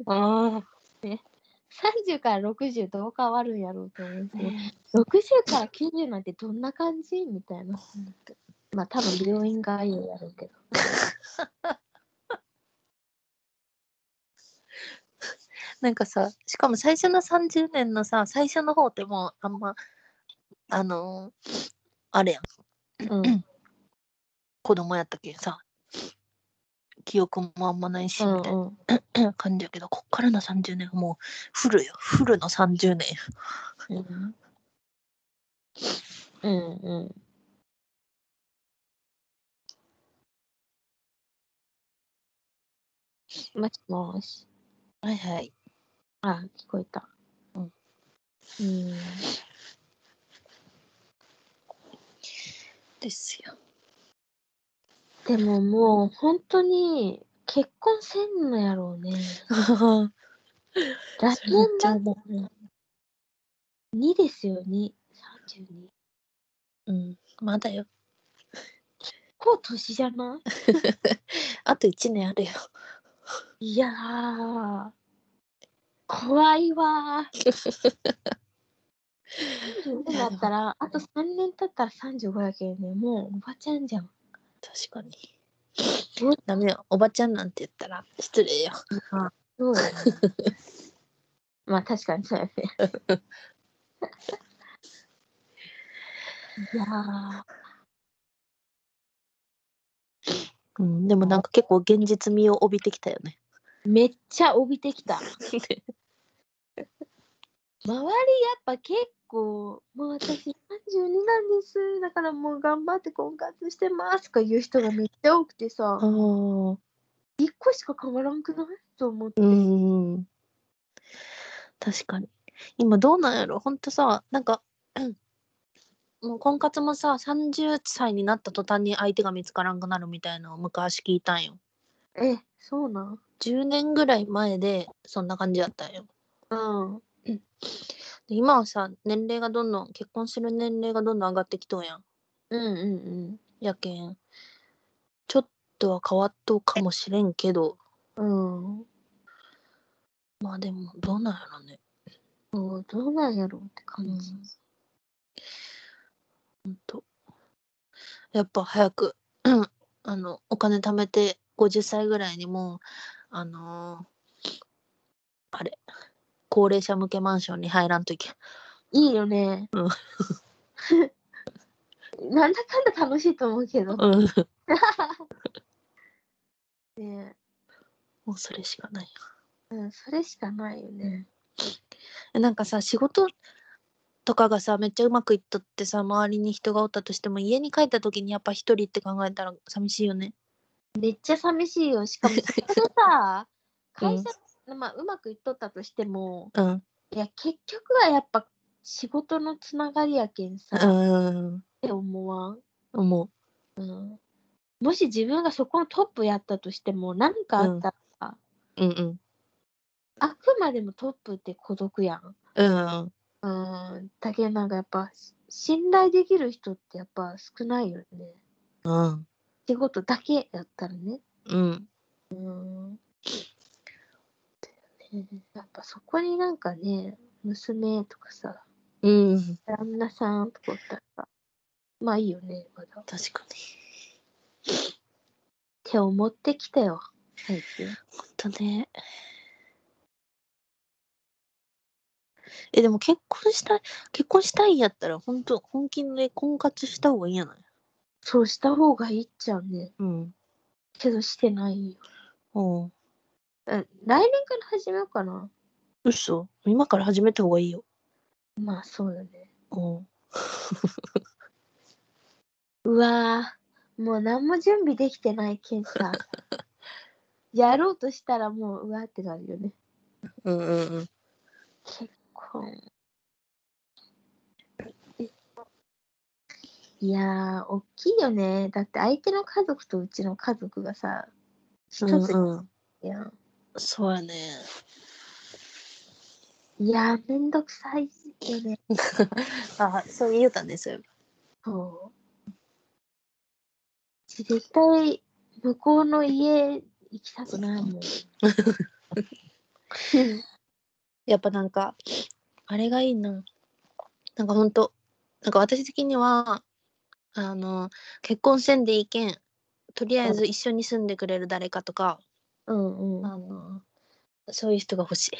B: あ
A: 30から60どう変わるんやろうと思う
B: あ
A: けど、60から90なんてどんな感じみたいな。まあ多分病院がいいやろうけど。
B: なんかさしかも最初の30年のさ最初の方ってもうあんまあのーあれやん
A: うん。
B: 子供やったけんさ記憶もあんまないし
A: う
B: み
A: ん
B: たい
A: うん。
B: な感じやけど、こっからの30年はもうフルよフルの30年よ
A: うんうんうん。もしもし。
B: はいはい
A: あ、聞こえた。
B: うん。
A: うん。
B: です よ
A: でももう本当に結婚せんのやろうね。ラ
B: そ
A: テ
B: れめっ
A: ン
B: ちゃ
A: だ
B: 思
A: 2ですよ、2。32。
B: ううんまだよ
A: こう年じゃない
B: あと1年あるよ
A: いやー、怖いわー。
B: い
A: 35
B: や
A: だったら、あと3年経ったら35やけどね、もうおばちゃんじゃん。
B: 確かに
A: うん
B: ダメよおばちゃんなんて言ったら失礼よ
A: そうやね。まあ確かにそう やね。いやー、
B: うん、でもなんか結構現実味を帯びてきたよね。
A: めっちゃ帯びてきた。周りやっぱ結構、もう私32なんです。だからもう頑張って婚活してますとか言う人がめっちゃ多くてさ、
B: ああ、
A: 1個しか変わらんくないと思って。
B: うん。確かに。今どうなんやろほんとさ、なんか、うんもう婚活もさ、30歳になった途端に相手が見つからんくなるみたいなのを昔聞いたんよ。
A: え、そうなん
B: 10年ぐらい前でそんな感じだったんよ。
A: うん。
B: で今はさ、年齢がどんどん、結婚する年齢がどんどん上がってきとうやん。
A: うんうん
B: やけん、ちょっとは変わっとうかもしれんけど、
A: うん。うん。
B: まあでもどうなんやろね。
A: もうどうなんやろうって感じ。
B: 本当やっぱ早く あのお金貯めて50歳ぐらいにもうあのーあれ高齢者向けマンションに入らんといけん
A: いいよね。
B: う
A: なんだかんだ楽しいと思うけど。ね
B: うん
A: え
B: もうそれしかないよ
A: うん、それしかないよね。
B: えなんかさ仕事とかがさめっちゃうまくいっとってさ周りに人がおったとしても家に帰った時にやっぱ一人って考えたら寂しいよね
A: めっちゃ寂しいよ。しか も、それでさ、
B: うん
A: 会社、まあ、うまくいっとったとしても、
B: うん
A: いや、結局はやっぱ仕事のつながりやけんさ、っ
B: うん
A: て思わん。
B: 思う
A: もし自分がそこのトップやったとしても、何かあったら、
B: うんうん
A: あくまでもトップって孤独やん。
B: うん
A: うん、だけどなんかやっぱし信頼できる人ってやっぱ少ないよね。
B: うん
A: ってことだけだったらね。
B: うん。
A: ねやっぱそこになんかね、娘とかさ、
B: うん。
A: 旦那さんとかおったらさ、まあいいよね、まだ。っ
B: 確かに。
A: て思ってきたよ、最近。
B: ほんとね。え、でも結婚したい、結婚したいんやったら、本当本気で婚活した方がいいんやない
A: そうした方がいいっちゃうね。
B: うん。
A: けどしてないよ。
B: う
A: う
B: ん。
A: ん来年から始めようかな。
B: 嘘今から始めた方がいいよ。
A: まあそうよね。
B: うん。
A: うわーもう何も準備できてないけんさ。やろうとしたらもううわーってなるよね。
B: うんうんうん。
A: こういやー、大きいよね。だって相手の家族とうちの家族がさ、一つ
B: うんうん、
A: やん。
B: そうやね。
A: いやー、めんどくさいよね。
B: あ、そう言うたんですよ。
A: そう。絶対、向こうの家行きたくないもん。
B: やっぱなんか、あれがいいな。なんかほんと、なんか私的には、あの、結婚せんでいいけん、とりあえず一緒に住んでくれる誰かとか、
A: うんうん。も
B: あの、そういう人が欲しい。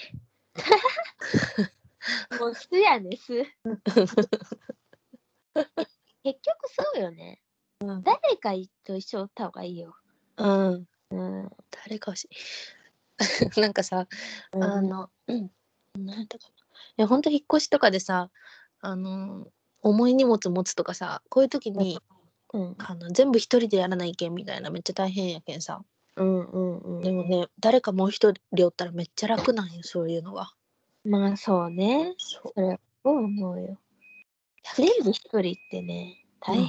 A: う素やね、 素。結局そうよね。誰かと一緒おった方がいいよ。
B: うん。
A: うん。
B: 誰か欲しい。 なんかさ、あの、うん、なんとかな。いや、ほんと引っ越しとかでさ、あの、重い荷物持つとかさ、こういう時に、
A: うん
B: あの全部一人でやらないけんみたいなめっちゃ大変やけんさ
A: うんうんうん。
B: でもね誰かもう一人おったらめっちゃ楽なんよそういうのは
A: まあそうね。それは思うよ。全部一人ってね、大変。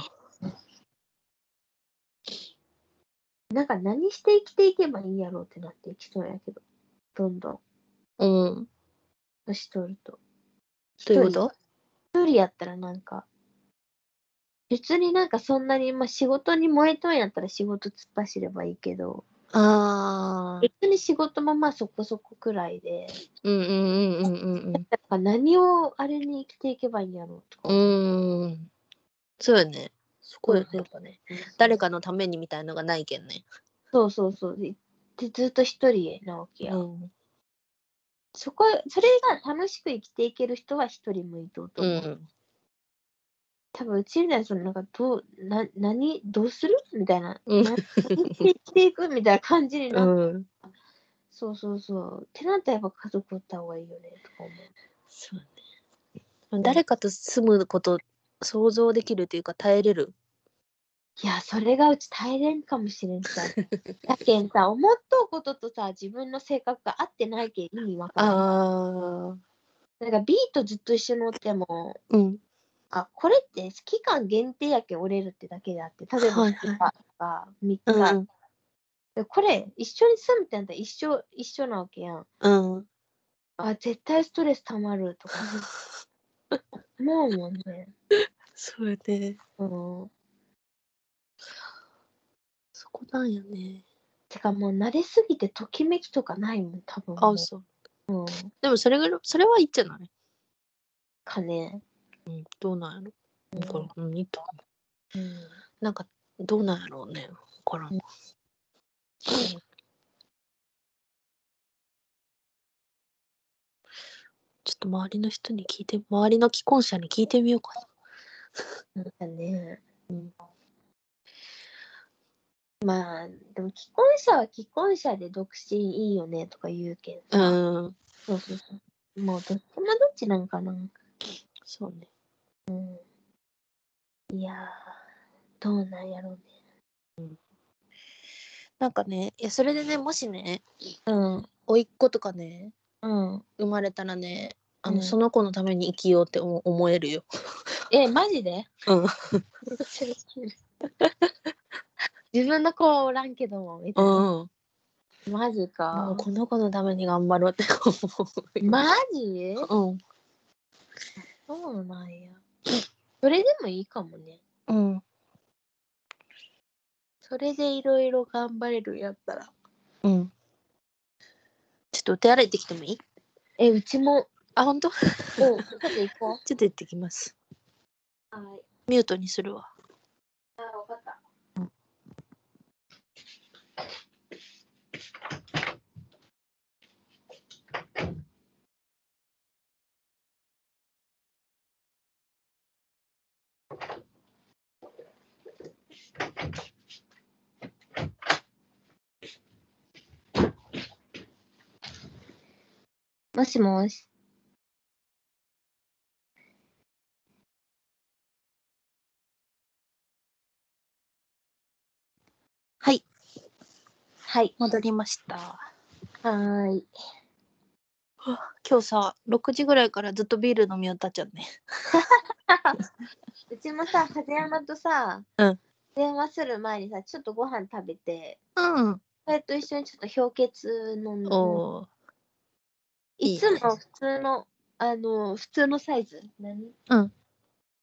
A: なんか何して生きていけばいいんやろうってなっていきそうやけど、どんどん
B: うん
A: 年取ると。
B: どういうこと
A: 一人やったらなんか、別になんかそんなに、まあ仕事に燃えとんやったら仕事突っ走ればいいけど、
B: あー
A: 別に仕事もまあそこそこくらいで、
B: うんうんうんうん
A: なんか何をあれに生きていけばいいんやろうとか。
B: うんうんそうよねそこよねやっぱね誰
A: か。
B: かのためにみたいのがないけんね
A: そうそうそう。ででずっと一人なわけや。
B: うん
A: そこ、それが楽しく生きていける人は一人向いとうと
B: う
A: 思う。
B: ん
A: 多分うちみたいな、そのなんかどう、な、何、どうするみたいな。
B: うん
A: な何して生きていくみたいな感じになる。
B: うん
A: そうそうそう。ってなったらやっぱ家族おった方がいいよね、とか思う。
B: そうね誰かと住むこと想像できるというか耐えれる
A: いや、それがうち大変かもしれん さ。だけんさ、思っとうこととさ、自分の性格が合ってないけん意味わからん。
B: あ
A: なんか B とずっと一緒におっても、
B: うん
A: あ、これって期間限定やけん折れるってだけであって、例えば
B: はい
A: 2
B: はい
A: 日とか3
B: う
A: 日、
B: ん
A: でこれ一緒に住むってなったら一緒一緒なわけやん。
B: うん
A: あ、絶対ストレス溜まると か。もうもんね。
B: そうやね
A: うん。
B: そこなんやね。
A: てかもう慣れすぎてときめきとかないもん、多分も
B: あ
A: う。、
B: そう。
A: うん。
B: でもそれぐらい、それはいいんじゃない
A: かね。
B: どうなんやろわからんうん、いいと思
A: うん。
B: う。なんか、どうなんやろうね。わからん。ちょっと周りの人に聞いて、周りの既婚者に聞いてみようか
A: な
B: な。
A: んかね。
B: うん
A: まあ、でも既婚者は既婚者で独身いいよねとか言うけどさ。
B: うん。
A: そうそうそう。もうどっちもどっちなんかな。
B: そうね。
A: いやー、どうなんやろうね。
B: なんかね、いや、それでね、もしね、
A: うん。
B: 甥っ子とかね、
A: うん。
B: 生まれたらね、あの、
A: うん
B: その子のために生きようって思思えるよ。
A: え、マジで
B: うん。
A: 自分の子はおらんけども、みたいな。
B: うん。
A: マジ
B: も
A: か
B: う。この子のために頑張ろうって思
A: マジ
B: う。うん。
A: そうなんや。それでもいいかもね。
B: うん。
A: それでいろいろ頑張れるんやったら。
B: うん。ちょっとお手洗い行ってきてもいい
A: え、うちも、
B: あ、本当ちょ
A: うん、ちょっと行こ
B: っと行ってきます。
A: う。はい。
B: ミュートにするわ。
A: あ、わかった。もしもし。
B: はい。
A: はい。
B: 戻りました。
A: はーい。
B: 今日さ、6時ぐらいからずっとビール飲みよったっちゃうね。
A: うちもさ、風山とさ、
B: うん
A: 電話する前にさ、ちょっとご飯食べて、
B: うん。
A: それと一緒にちょっと氷結飲んで、
B: おー。いい
A: い
B: ね
A: つも普通の、あの、普通のサイズ。何
B: うん。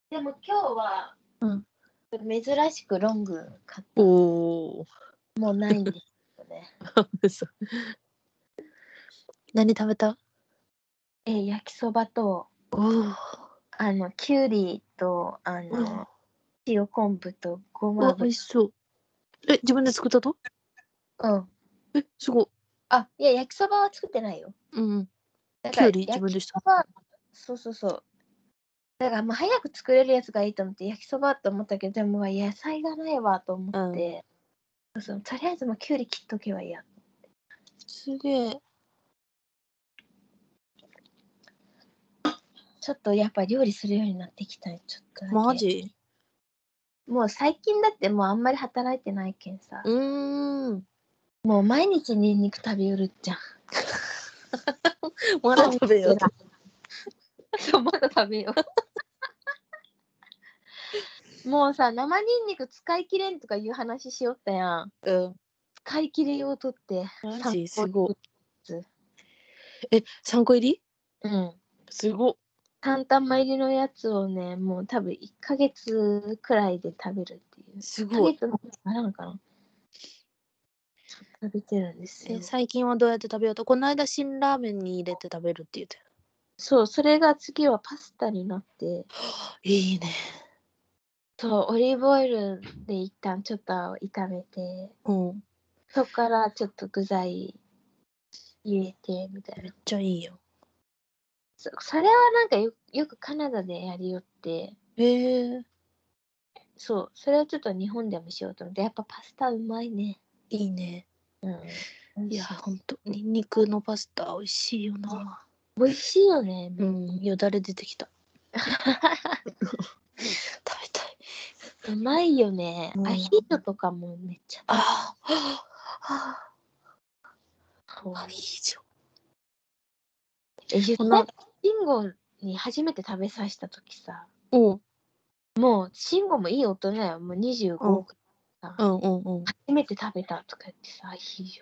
A: でも今日は、
B: うん
A: 珍しくロング買った。
B: おー。
A: もうないんですよ ね。
B: 嘘何食べた
A: えー焼きそばと、
B: おー。
A: あの、きゅうりと、あ
B: うん
A: の、塩昆布とごま
B: わ、
A: 油
B: 美味しそう。え、自分で作ったと
A: うん。
B: え、すごい。
A: あ、いや、焼きそばは作ってないよ。
B: うん。
A: だ
B: き
A: か
B: ゅ
A: ら
B: うり自分でした。
A: ばそうそうそう。だからもう早く作れるやつがいいと思って焼きそばと思ったけどでもうわ野菜がないわと思って、そうそうとりあえずもうきゅうり切っとけばいいや。
B: すげえ。
A: ちょっとやっぱ料理するようになってきたねちょっとだけ
B: マジ
A: もう最近だってもうあんまり働いてないけんさ
B: う、ーん。
A: もう毎日ニンニク食べよるじゃん。
B: まだ食べよう。
A: そうまだ食べよう。もうさ生ニンニク使い切れんとかいう話しよったやん。
B: うん。
A: 使い切れようとって。
B: マジ
A: 散
B: す
A: 歩
B: ごい。え、3個入り
A: うん。
B: すごい。
A: 簡単ま入りのやつをね、もう多分1ヶ月くらいで食べるっていう。
B: す
A: 1ヶ
B: ごい。
A: 月もならんかな。食べてるんですよ
B: え、。最近はどうやって食べようとこの間辛ラーメンに入れて食べるって言ってた。
A: そう、それが次はパスタになって、
B: いいね。
A: そう、オリーブオイルで一旦ちょっと炒めて、
B: うん。めっ
A: そこからちょっと具材入れてみたいな。
B: ちゃいいよ。
A: そそれはなんかよよくカナダでやりよって、
B: ええ
A: そう、それをちょっと日本でもしようと思って、やっぱパスタうまいね。
B: いいね。
A: うん。
B: いや、ほんと、ニンニクのパスタ美味しいよな。
A: 美味しいよね。
B: うん、よだれ出てき た。食べたい。
A: うまいよね
B: う。ん
A: アヒージョとかもめっちゃ
B: あーあ
A: 美
B: ー、ア
A: 味しい。
B: ヒージョ。
A: え、言
B: こ
A: っ
B: の
A: たシンゴに初めて食べさせた時さ、
B: うん、
A: もうシンゴもいい大人よ。もう25
B: うん
A: くらいさ、
B: うん、うん、うん。
A: 初めて食べたとか言ってさ、アヒージ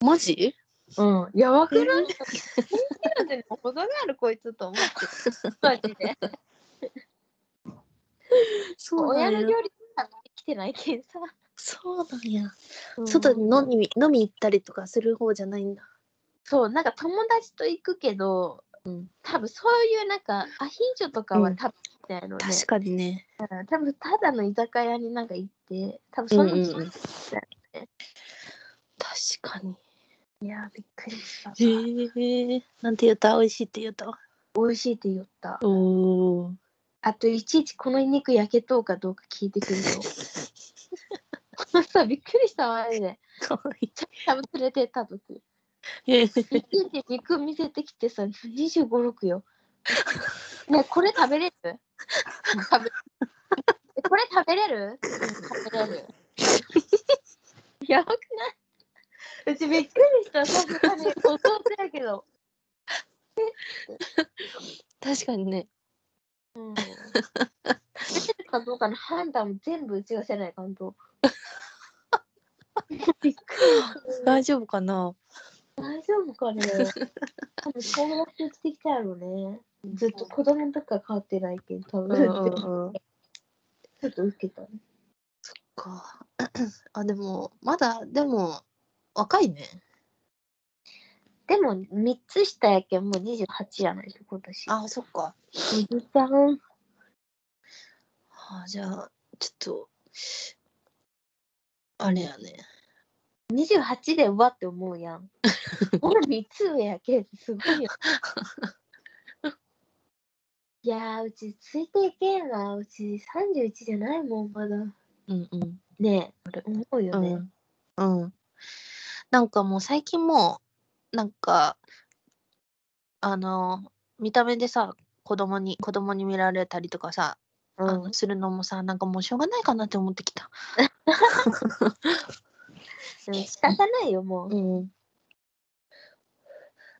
B: マジ
A: ョ。うん。やばくないカナダにも程があるこいつと思 って。マジで。
B: そうな
A: 親
B: ん
A: の
B: や。
A: 料理さん来てないけんさ。
B: そうなんや。外に飲み飲み行ったりとかする方じゃないんだ。
A: そう、なんか友達と行くけど、
B: うん
A: 多分そういうなんかアヒージョとかは
B: うん
A: 食べてないので、
B: 確かにね。
A: 多分ただの居酒屋になんか行って、多分
B: うん
A: そ
B: うん
A: の、
B: うん。確かに。
A: いやー、びっくりした。
B: へえ
A: 美
B: なんて言った美味しいって言った
A: 味しいって言った。
B: おお。
A: あと、いちいちこの肉焼けとうかどうか聞いてく るよ。 さ、びっくりしたわ、マジで。
B: かわいい。
A: 多分連れてった時。い
B: え
A: ちいち肉見せてきてさ、25、6よ。ねえこれ食べれる食べえこれ食べれるうん食べれる。やばくないうちびっくりした、さすがに。弟やけど。
B: 確かにね。
A: うん。食べるかどうかの判断も全部うちがせない感 動。びっくりした。
B: 大丈夫かな
A: 大丈夫かね多分そうやって生きてきたやろうね。ずっと子供の時から変わってないけど、多
B: う
A: 分、
B: んうんうん。
A: ちょっと受けたね。
B: か。あ、でも、まだ、でも、若いね。
A: でも3つ下やけんもう28やないと今年。
B: あ、そっか。
A: おじさん。
B: あ、じゃあ、ちょっと、あれやね。
A: 28でうわって思うやん。もう3つ上やけんすごいよ。いやーうちついていけんわ。うち31じゃないもんまだ。
B: うんうん。
A: ねえ、思うよね。
B: うん。うん。なんかもう最近もう、なんか、あの、見た目でさ、子供に、子供に見られたりとかさ、
A: う
B: あ
A: ん。
B: のするのもさ、なんかもうしょうがないかなって思ってきた。
A: でも仕方ないよもう。
B: うん。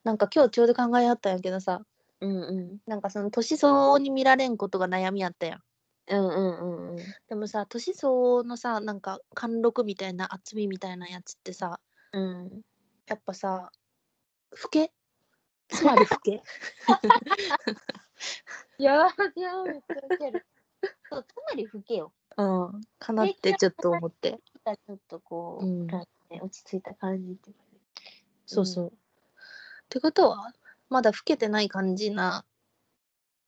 B: なんか今日ちょうど考えあったんやけどさ、
A: うんうん。
B: なんかその年相応に見られんことが悩みやったやん。
A: うんうんうんうん。
B: でもさ、年相応のさ、なんか貫禄みたいな厚みみたいなやつってさ、
A: うん、
B: やっぱさ、老けつまり老け
A: やばいやばいめっちゃウ ケる。そうつまり老けよ。
B: うん。かなってちょっと思って。
A: ちょっとこう、
B: うん
A: なんかね落ち着いた感じっていうかね
B: そうそう。ってことは、まだ老けてない感じな、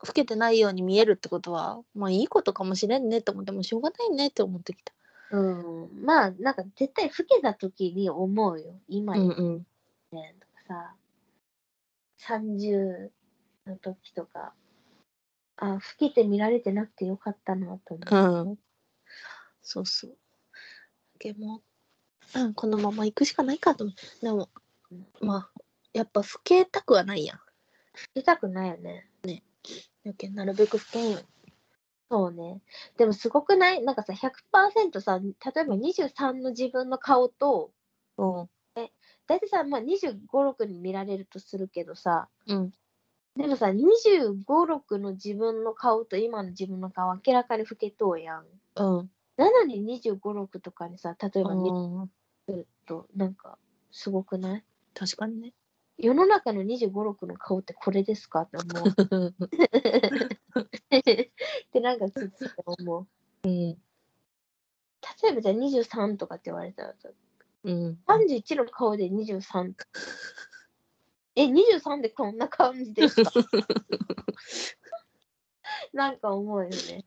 B: 老けてないように見えるってことは、まあいいことかもしれんねって思っても、しょうがないねって思ってきた。
A: うん、まあなんか絶対老けた時に思うよ今
B: うん
A: よ
B: うん。
A: さ、30の時とかあ老けて見られてなくてよかったなと思う、
B: うん。そうそう。でも、うん、このまま行くしかないかと思う。でも、まあ、やっぱ老けたくはないやん。
A: 出たくないよね
B: やけんなるべく老けんよ。
A: そうねでもすごくないなんかさ100%さ例えば23の自分の顔と大体さ、まあ、2 5 6に見られるとするけどさ
B: うん。
A: でもさ2 5 6の自分の顔と今の自分の顔明らかに老けとうやん
B: うん。
A: なのに2 5 6とかにさ例えば見る
B: うん。
A: となんかすごくない
B: 確か にね。
A: 世の中の2 5 6の顔ってこれですかって思 う。ってなんかつつって思う。
B: うん。
A: 例えばじゃあ23とかって言われたらさ
B: うん。
A: 31の顔で23。え、23でこんな感じです かなんか思うよね。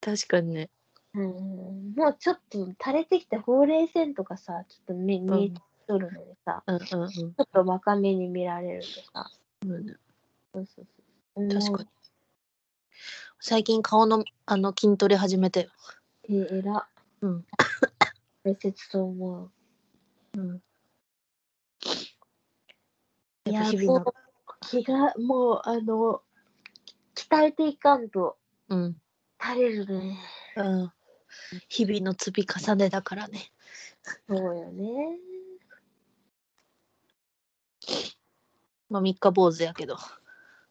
B: 確かにね。
A: うん、もうちょっと垂れてきたほうれい線とかさ、ちょっと目見えてくるのでさ、
B: うんうんうん。
A: ちょっと若めに見られるとさ。そうそうそう。
B: 確かに。最近顔のあの筋トレ始めて。
A: に。ええら。
B: うん。
A: 大切と思う。
B: うん。
A: い
B: やっ
A: や
B: ぱ日々
A: も
B: の
A: う気がもうあの鍛えていかんと
B: うん。
A: 垂れるね。
B: うん。日々の積み重ねだからね。
A: そうよね。
B: まあ三日坊主やけど。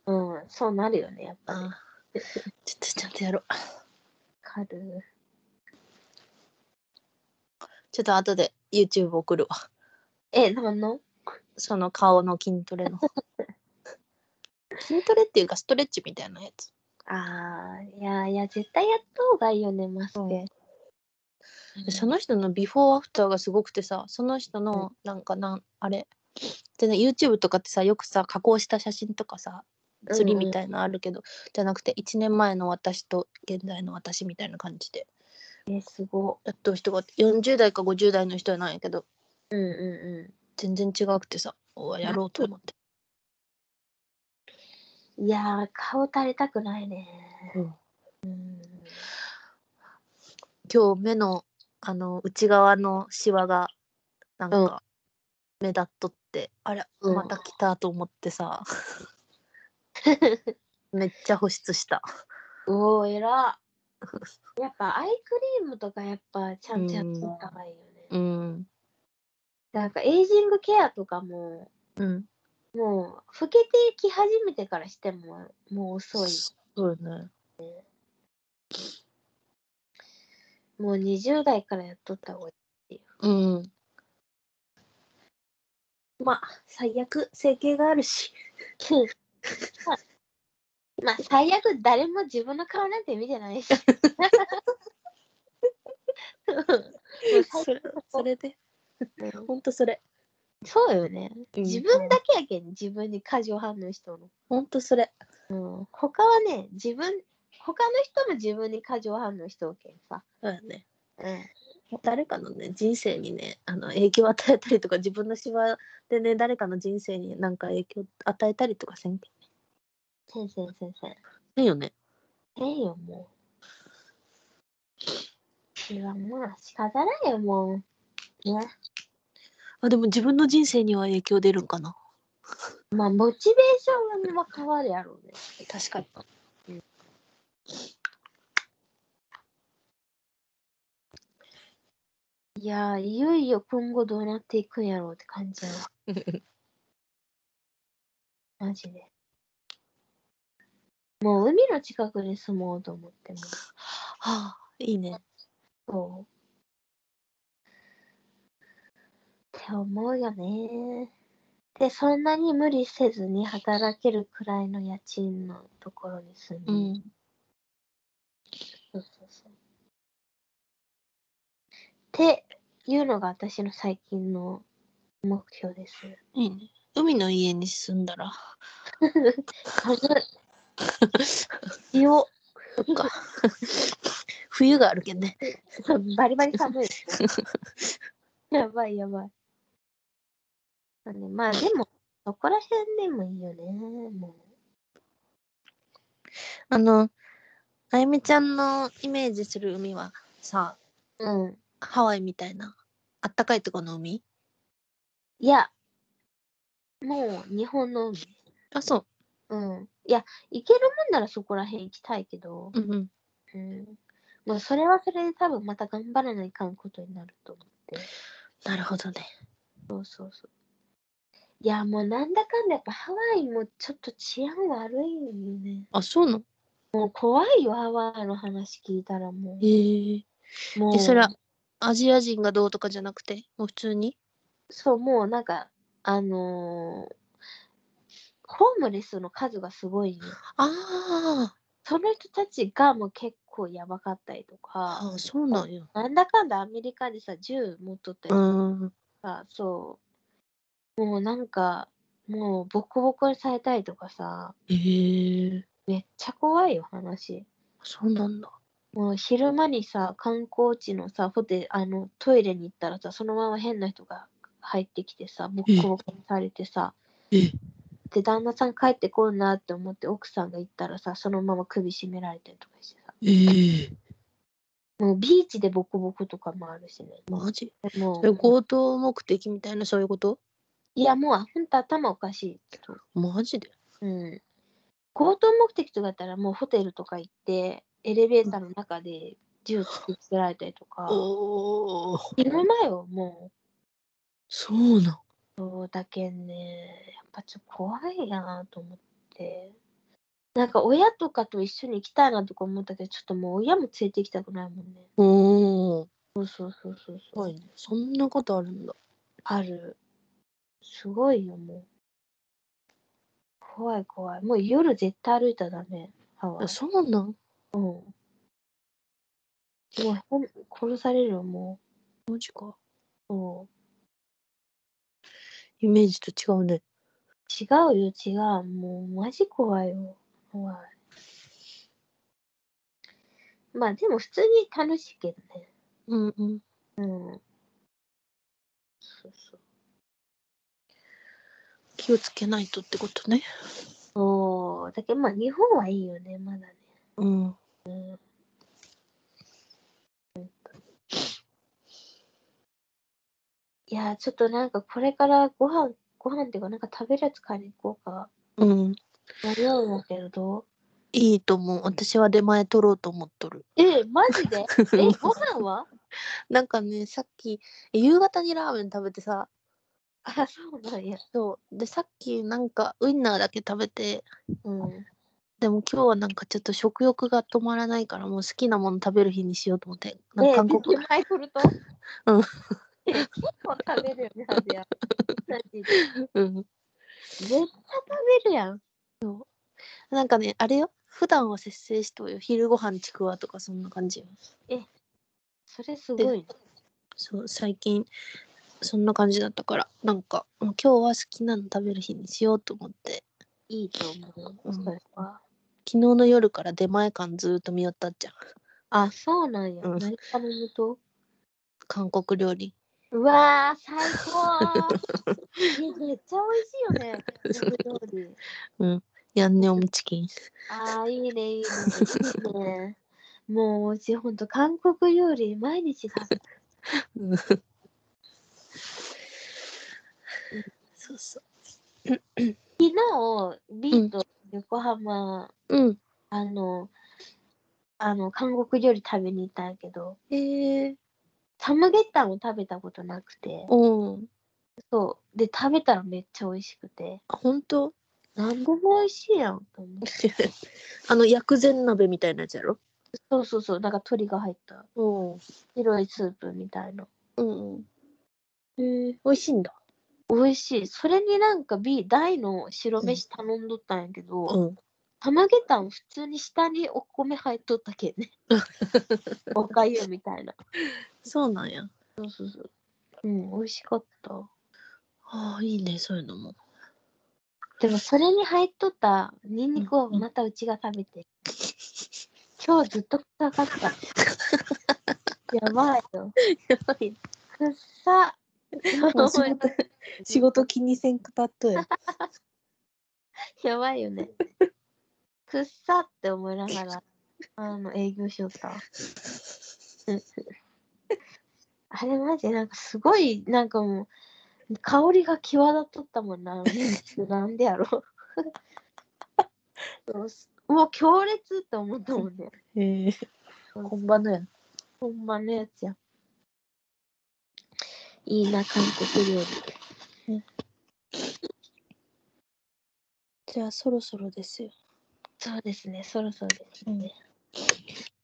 A: うん、そうなるよね、やっぱり。
B: う
A: わ
B: ん。ちょっとちゃんとやろう。
A: かる。
B: ちょっと後で YouTube 送るわ。
A: え、なんの
B: その顔の筋トレの。筋トレっていうかストレッチみたいなやつ。
A: あー、いやいや、絶対やった方がいいよね、マスク。
B: うんその人のビフォーアフターがすごくてさその人のなんかなんあれ全然 YouTube とかってさよくさ加工した写真とかさ釣りみたいなのあるけど、じゃなくて1年前の私と現在の私みたいな感じで
A: え、すご。
B: やっとる人が40代か50代の人なんやけど
A: うんう
B: 全然違くてさおやろうと思って、
A: んうん。いやー、顔垂れたくないね。うん。
B: 今日目のあの内側のシワがなんか目立っとって、あれ
A: うん
B: また来たと思ってさめっちゃ保湿した。
A: うおー、えら。やっぱアイクリームとかやっぱちゃんとやった方がいいよね。
B: うん。
A: なんかエイジングケアとかも、
B: うん。
A: もう、老けてき始めてからしても、もう遅い。
B: そうよね。
A: もう20代からやっとった方がいい。
B: うん。まあ、最悪、整形があ るし。
A: まあ、最悪、誰も自分の顔なんて見てないし。
B: それそれでほんとそれ
A: そうよね。
B: うん
A: 自分だけやけん、自分に過剰反応しとる
B: ほんとそれ
A: の。うん。他はね、自分、他の人も自分に過剰反応しとるけんさ。
B: そうやね
A: うん。
B: 誰かのね人生にねあの影響を与えたりとか自分の芝でね誰かの人生になんか影響与えたりとかせんけ
A: 先生、先生。
B: んよね
A: ええよ、もう。いや、まあ、仕方ないよ、もう。ね。
B: あでも自分の人生には影響出るんかな
A: まあ、モチベーションは変わるやろうね。
B: 確かに
A: いやー、いよいよ今後どうなっていくんやろうって感じやわ。マジで。もう海の近くに住もうと思っても。
B: はあいいね
A: そう。って思うよね。で、そんなに無理せずに働けるくらいの家賃のところに住んで、そうそうそう。っていうのが私の最近の目標です。
B: いいね海の家に住んだら
A: 塩、
B: そっか冬があるけんね
A: バリバリ寒い。やばいやばい。まあね、まあでも、そこら辺でもいいよね。も
B: あのあゆみちゃんのイメージする海はさ
A: う。うん。
B: ハワイみたいなあったかいとこの海
A: いや、もう日本の海。
B: あそう
A: うん。いや、行けるもんならそこら辺行きたいけど、
B: うんうん
A: うん。もうそれはそれで多分また頑張らないかんことになると思って。
B: なるほどね
A: そうそうそう。いや、もうなんだかんだやっぱハワイもちょっと治安悪いよね。
B: あそうなの
A: もう怖いよ、ハワイの話聞いたらも
B: へえ
A: う。も
B: え
A: う
B: それはアジア人がどうとかじゃなくてもう普通に
A: そう、もうなんか、あのーホームレスの数がすごいね。
B: あ
A: その人たちがもう結構やばかったりとか。
B: ああそうなんや
A: なんだかんだアメリカでさ、銃持っとったり
B: う
A: と
B: ん
A: か、そう。もうなんか、もうボコボコにされたりとかさ、
B: へえ
A: めっちゃ怖いよ、話。
B: そうなんだ
A: もう昼間にさ、観光地のさ、ホテル、あの、トイレに行ったらさ、そのまま変な人が入ってきてさ、ボコボコにされてさ、
B: え
A: で、旦那さん帰ってこんなって思って、奥さんが行ったらさ、そのまま首絞められたりとかしてさ、
B: ええ
A: もうビーチでボコボコとかもあるしね。
B: マジ
A: も
B: え
A: う、
B: 強盗目的みたいなそういうこと
A: いや、もう、ほんと頭おかしいと
B: マジで
A: うん強盗目的とかだったらもうホテルとか行ってエレベーターの中で銃突きつけられたりとか
B: おお
A: 昼間よも
B: そうなん
A: うそうだけんねやっぱちょっと怖いなと思ってなんか親とかと一緒に行きたいなとか思ったけどちょっともう親も連れて行きたくないもんね
B: お
A: そ
B: お
A: うそうそうそうそう、
B: はいねそんなことあるんだ
A: あるすごいよもう怖い怖いもう夜絶対歩いたらダメハワイ
B: あそうなん
A: もうほん殺されるよも
B: マジか
A: うも
B: イメージと違うね
A: う違うよ違うもうマジ怖いよ怖いまあでも普通に楽しいけどね
B: うんうん
A: うんそうそう
B: 気をつけないとってことね
A: そうだけどまあ日本はいいよねまだね
B: うん
A: いやーちょっとなんかこれからご飯ご飯っていうかなんか食べるやつ買いに行こうか
B: うん
A: 迷うんだけどどう
B: いいと思う私は出前取ろうと思っとる
A: えマジ でえご飯は
B: なんかねさっき夕方にラーメン食べてさ
A: あそうなんや
B: そうでさっきなんかウインナーだけ食べて
A: うん
B: でも今日はなんかちょっと食欲が止まらないからもう好きなもの食べる日にしようと思ってなんか韓国
A: え、前振ると
B: うん。
A: え結構食べるよね、ハゼヤ。マジで
B: うん
A: 絶対食べるやん。
B: なんかねあれよ普段は節制しとるよ昼ご飯ちくわとかそんな感じよ
A: えそれすごいね。
B: そう最近そんな感じだったからなんかもう今日は好きなの食べる日にしようと思って
A: いいと思う。
B: うん
A: それは。
B: 昨日の夜から出前館ずーっと見よったっちゃん
A: あ、そうなんや。
B: うん
A: 何頼むと
B: 韓国料理
A: うわー、最高えめっちゃ美味しいよね。韓国料理。
B: ヤンニョムチキン
A: ああ、いいね、いいね。いいね。もう、うちほんと韓国料理毎日食べて
B: うんそうそう
A: 昨日、ビート横浜、
B: うん
A: あの、あの、韓国料理食べに行ったんやけど、
B: へえ
A: サムゲタンを食べたことなくて、
B: おお
A: そう。で、食べたらめっちゃ美味しくて、
B: 本当
A: なんでも美味しいやんと思って。
B: あの薬膳鍋みたいなやつやろ
A: そうそうそう、なんか鶏が入った
B: お
A: 白いスープみたいな。
B: うんうんへえ美味しいんだ
A: 美味しい。それになんか B、大の白飯頼んどったんやけど、
B: うん
A: 玉毛たん普通に下にお米入っとったけんね。おかゆみたいな。
B: そうなんや
A: そうそうそう。うん、美味しかった。
B: ああいいねそういうのも
A: でもそれに入っとったニンニクをまたうちが食べて。今日ずっと臭か った。やばいよ。
B: やば い
A: くっ さ。
B: 仕事気にせんくたっとや
A: やばいよね。くっさって思いながら、あの、営業しよったわ。あれマジなんかすごい、なんかもう、香りが際立っとったもん な。なんでやろそうすもう強烈って思ったもんね。
B: へえ
A: 本
B: 場のや
A: 場のやつや。いいな、韓国料理。
B: じゃあそろそろですよ
A: そうですね、そろそろですね。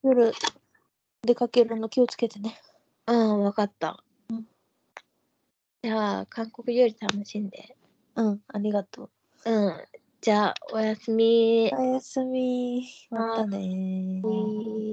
B: 夜出かけるの気をつけてね
A: うん、わかった。じゃあ、韓国料理楽しんで。
B: うんありがとう
A: うん。じゃあ、おやすみ。
B: おやすみ
A: ま
B: ま
A: た
B: たね
A: おやすみ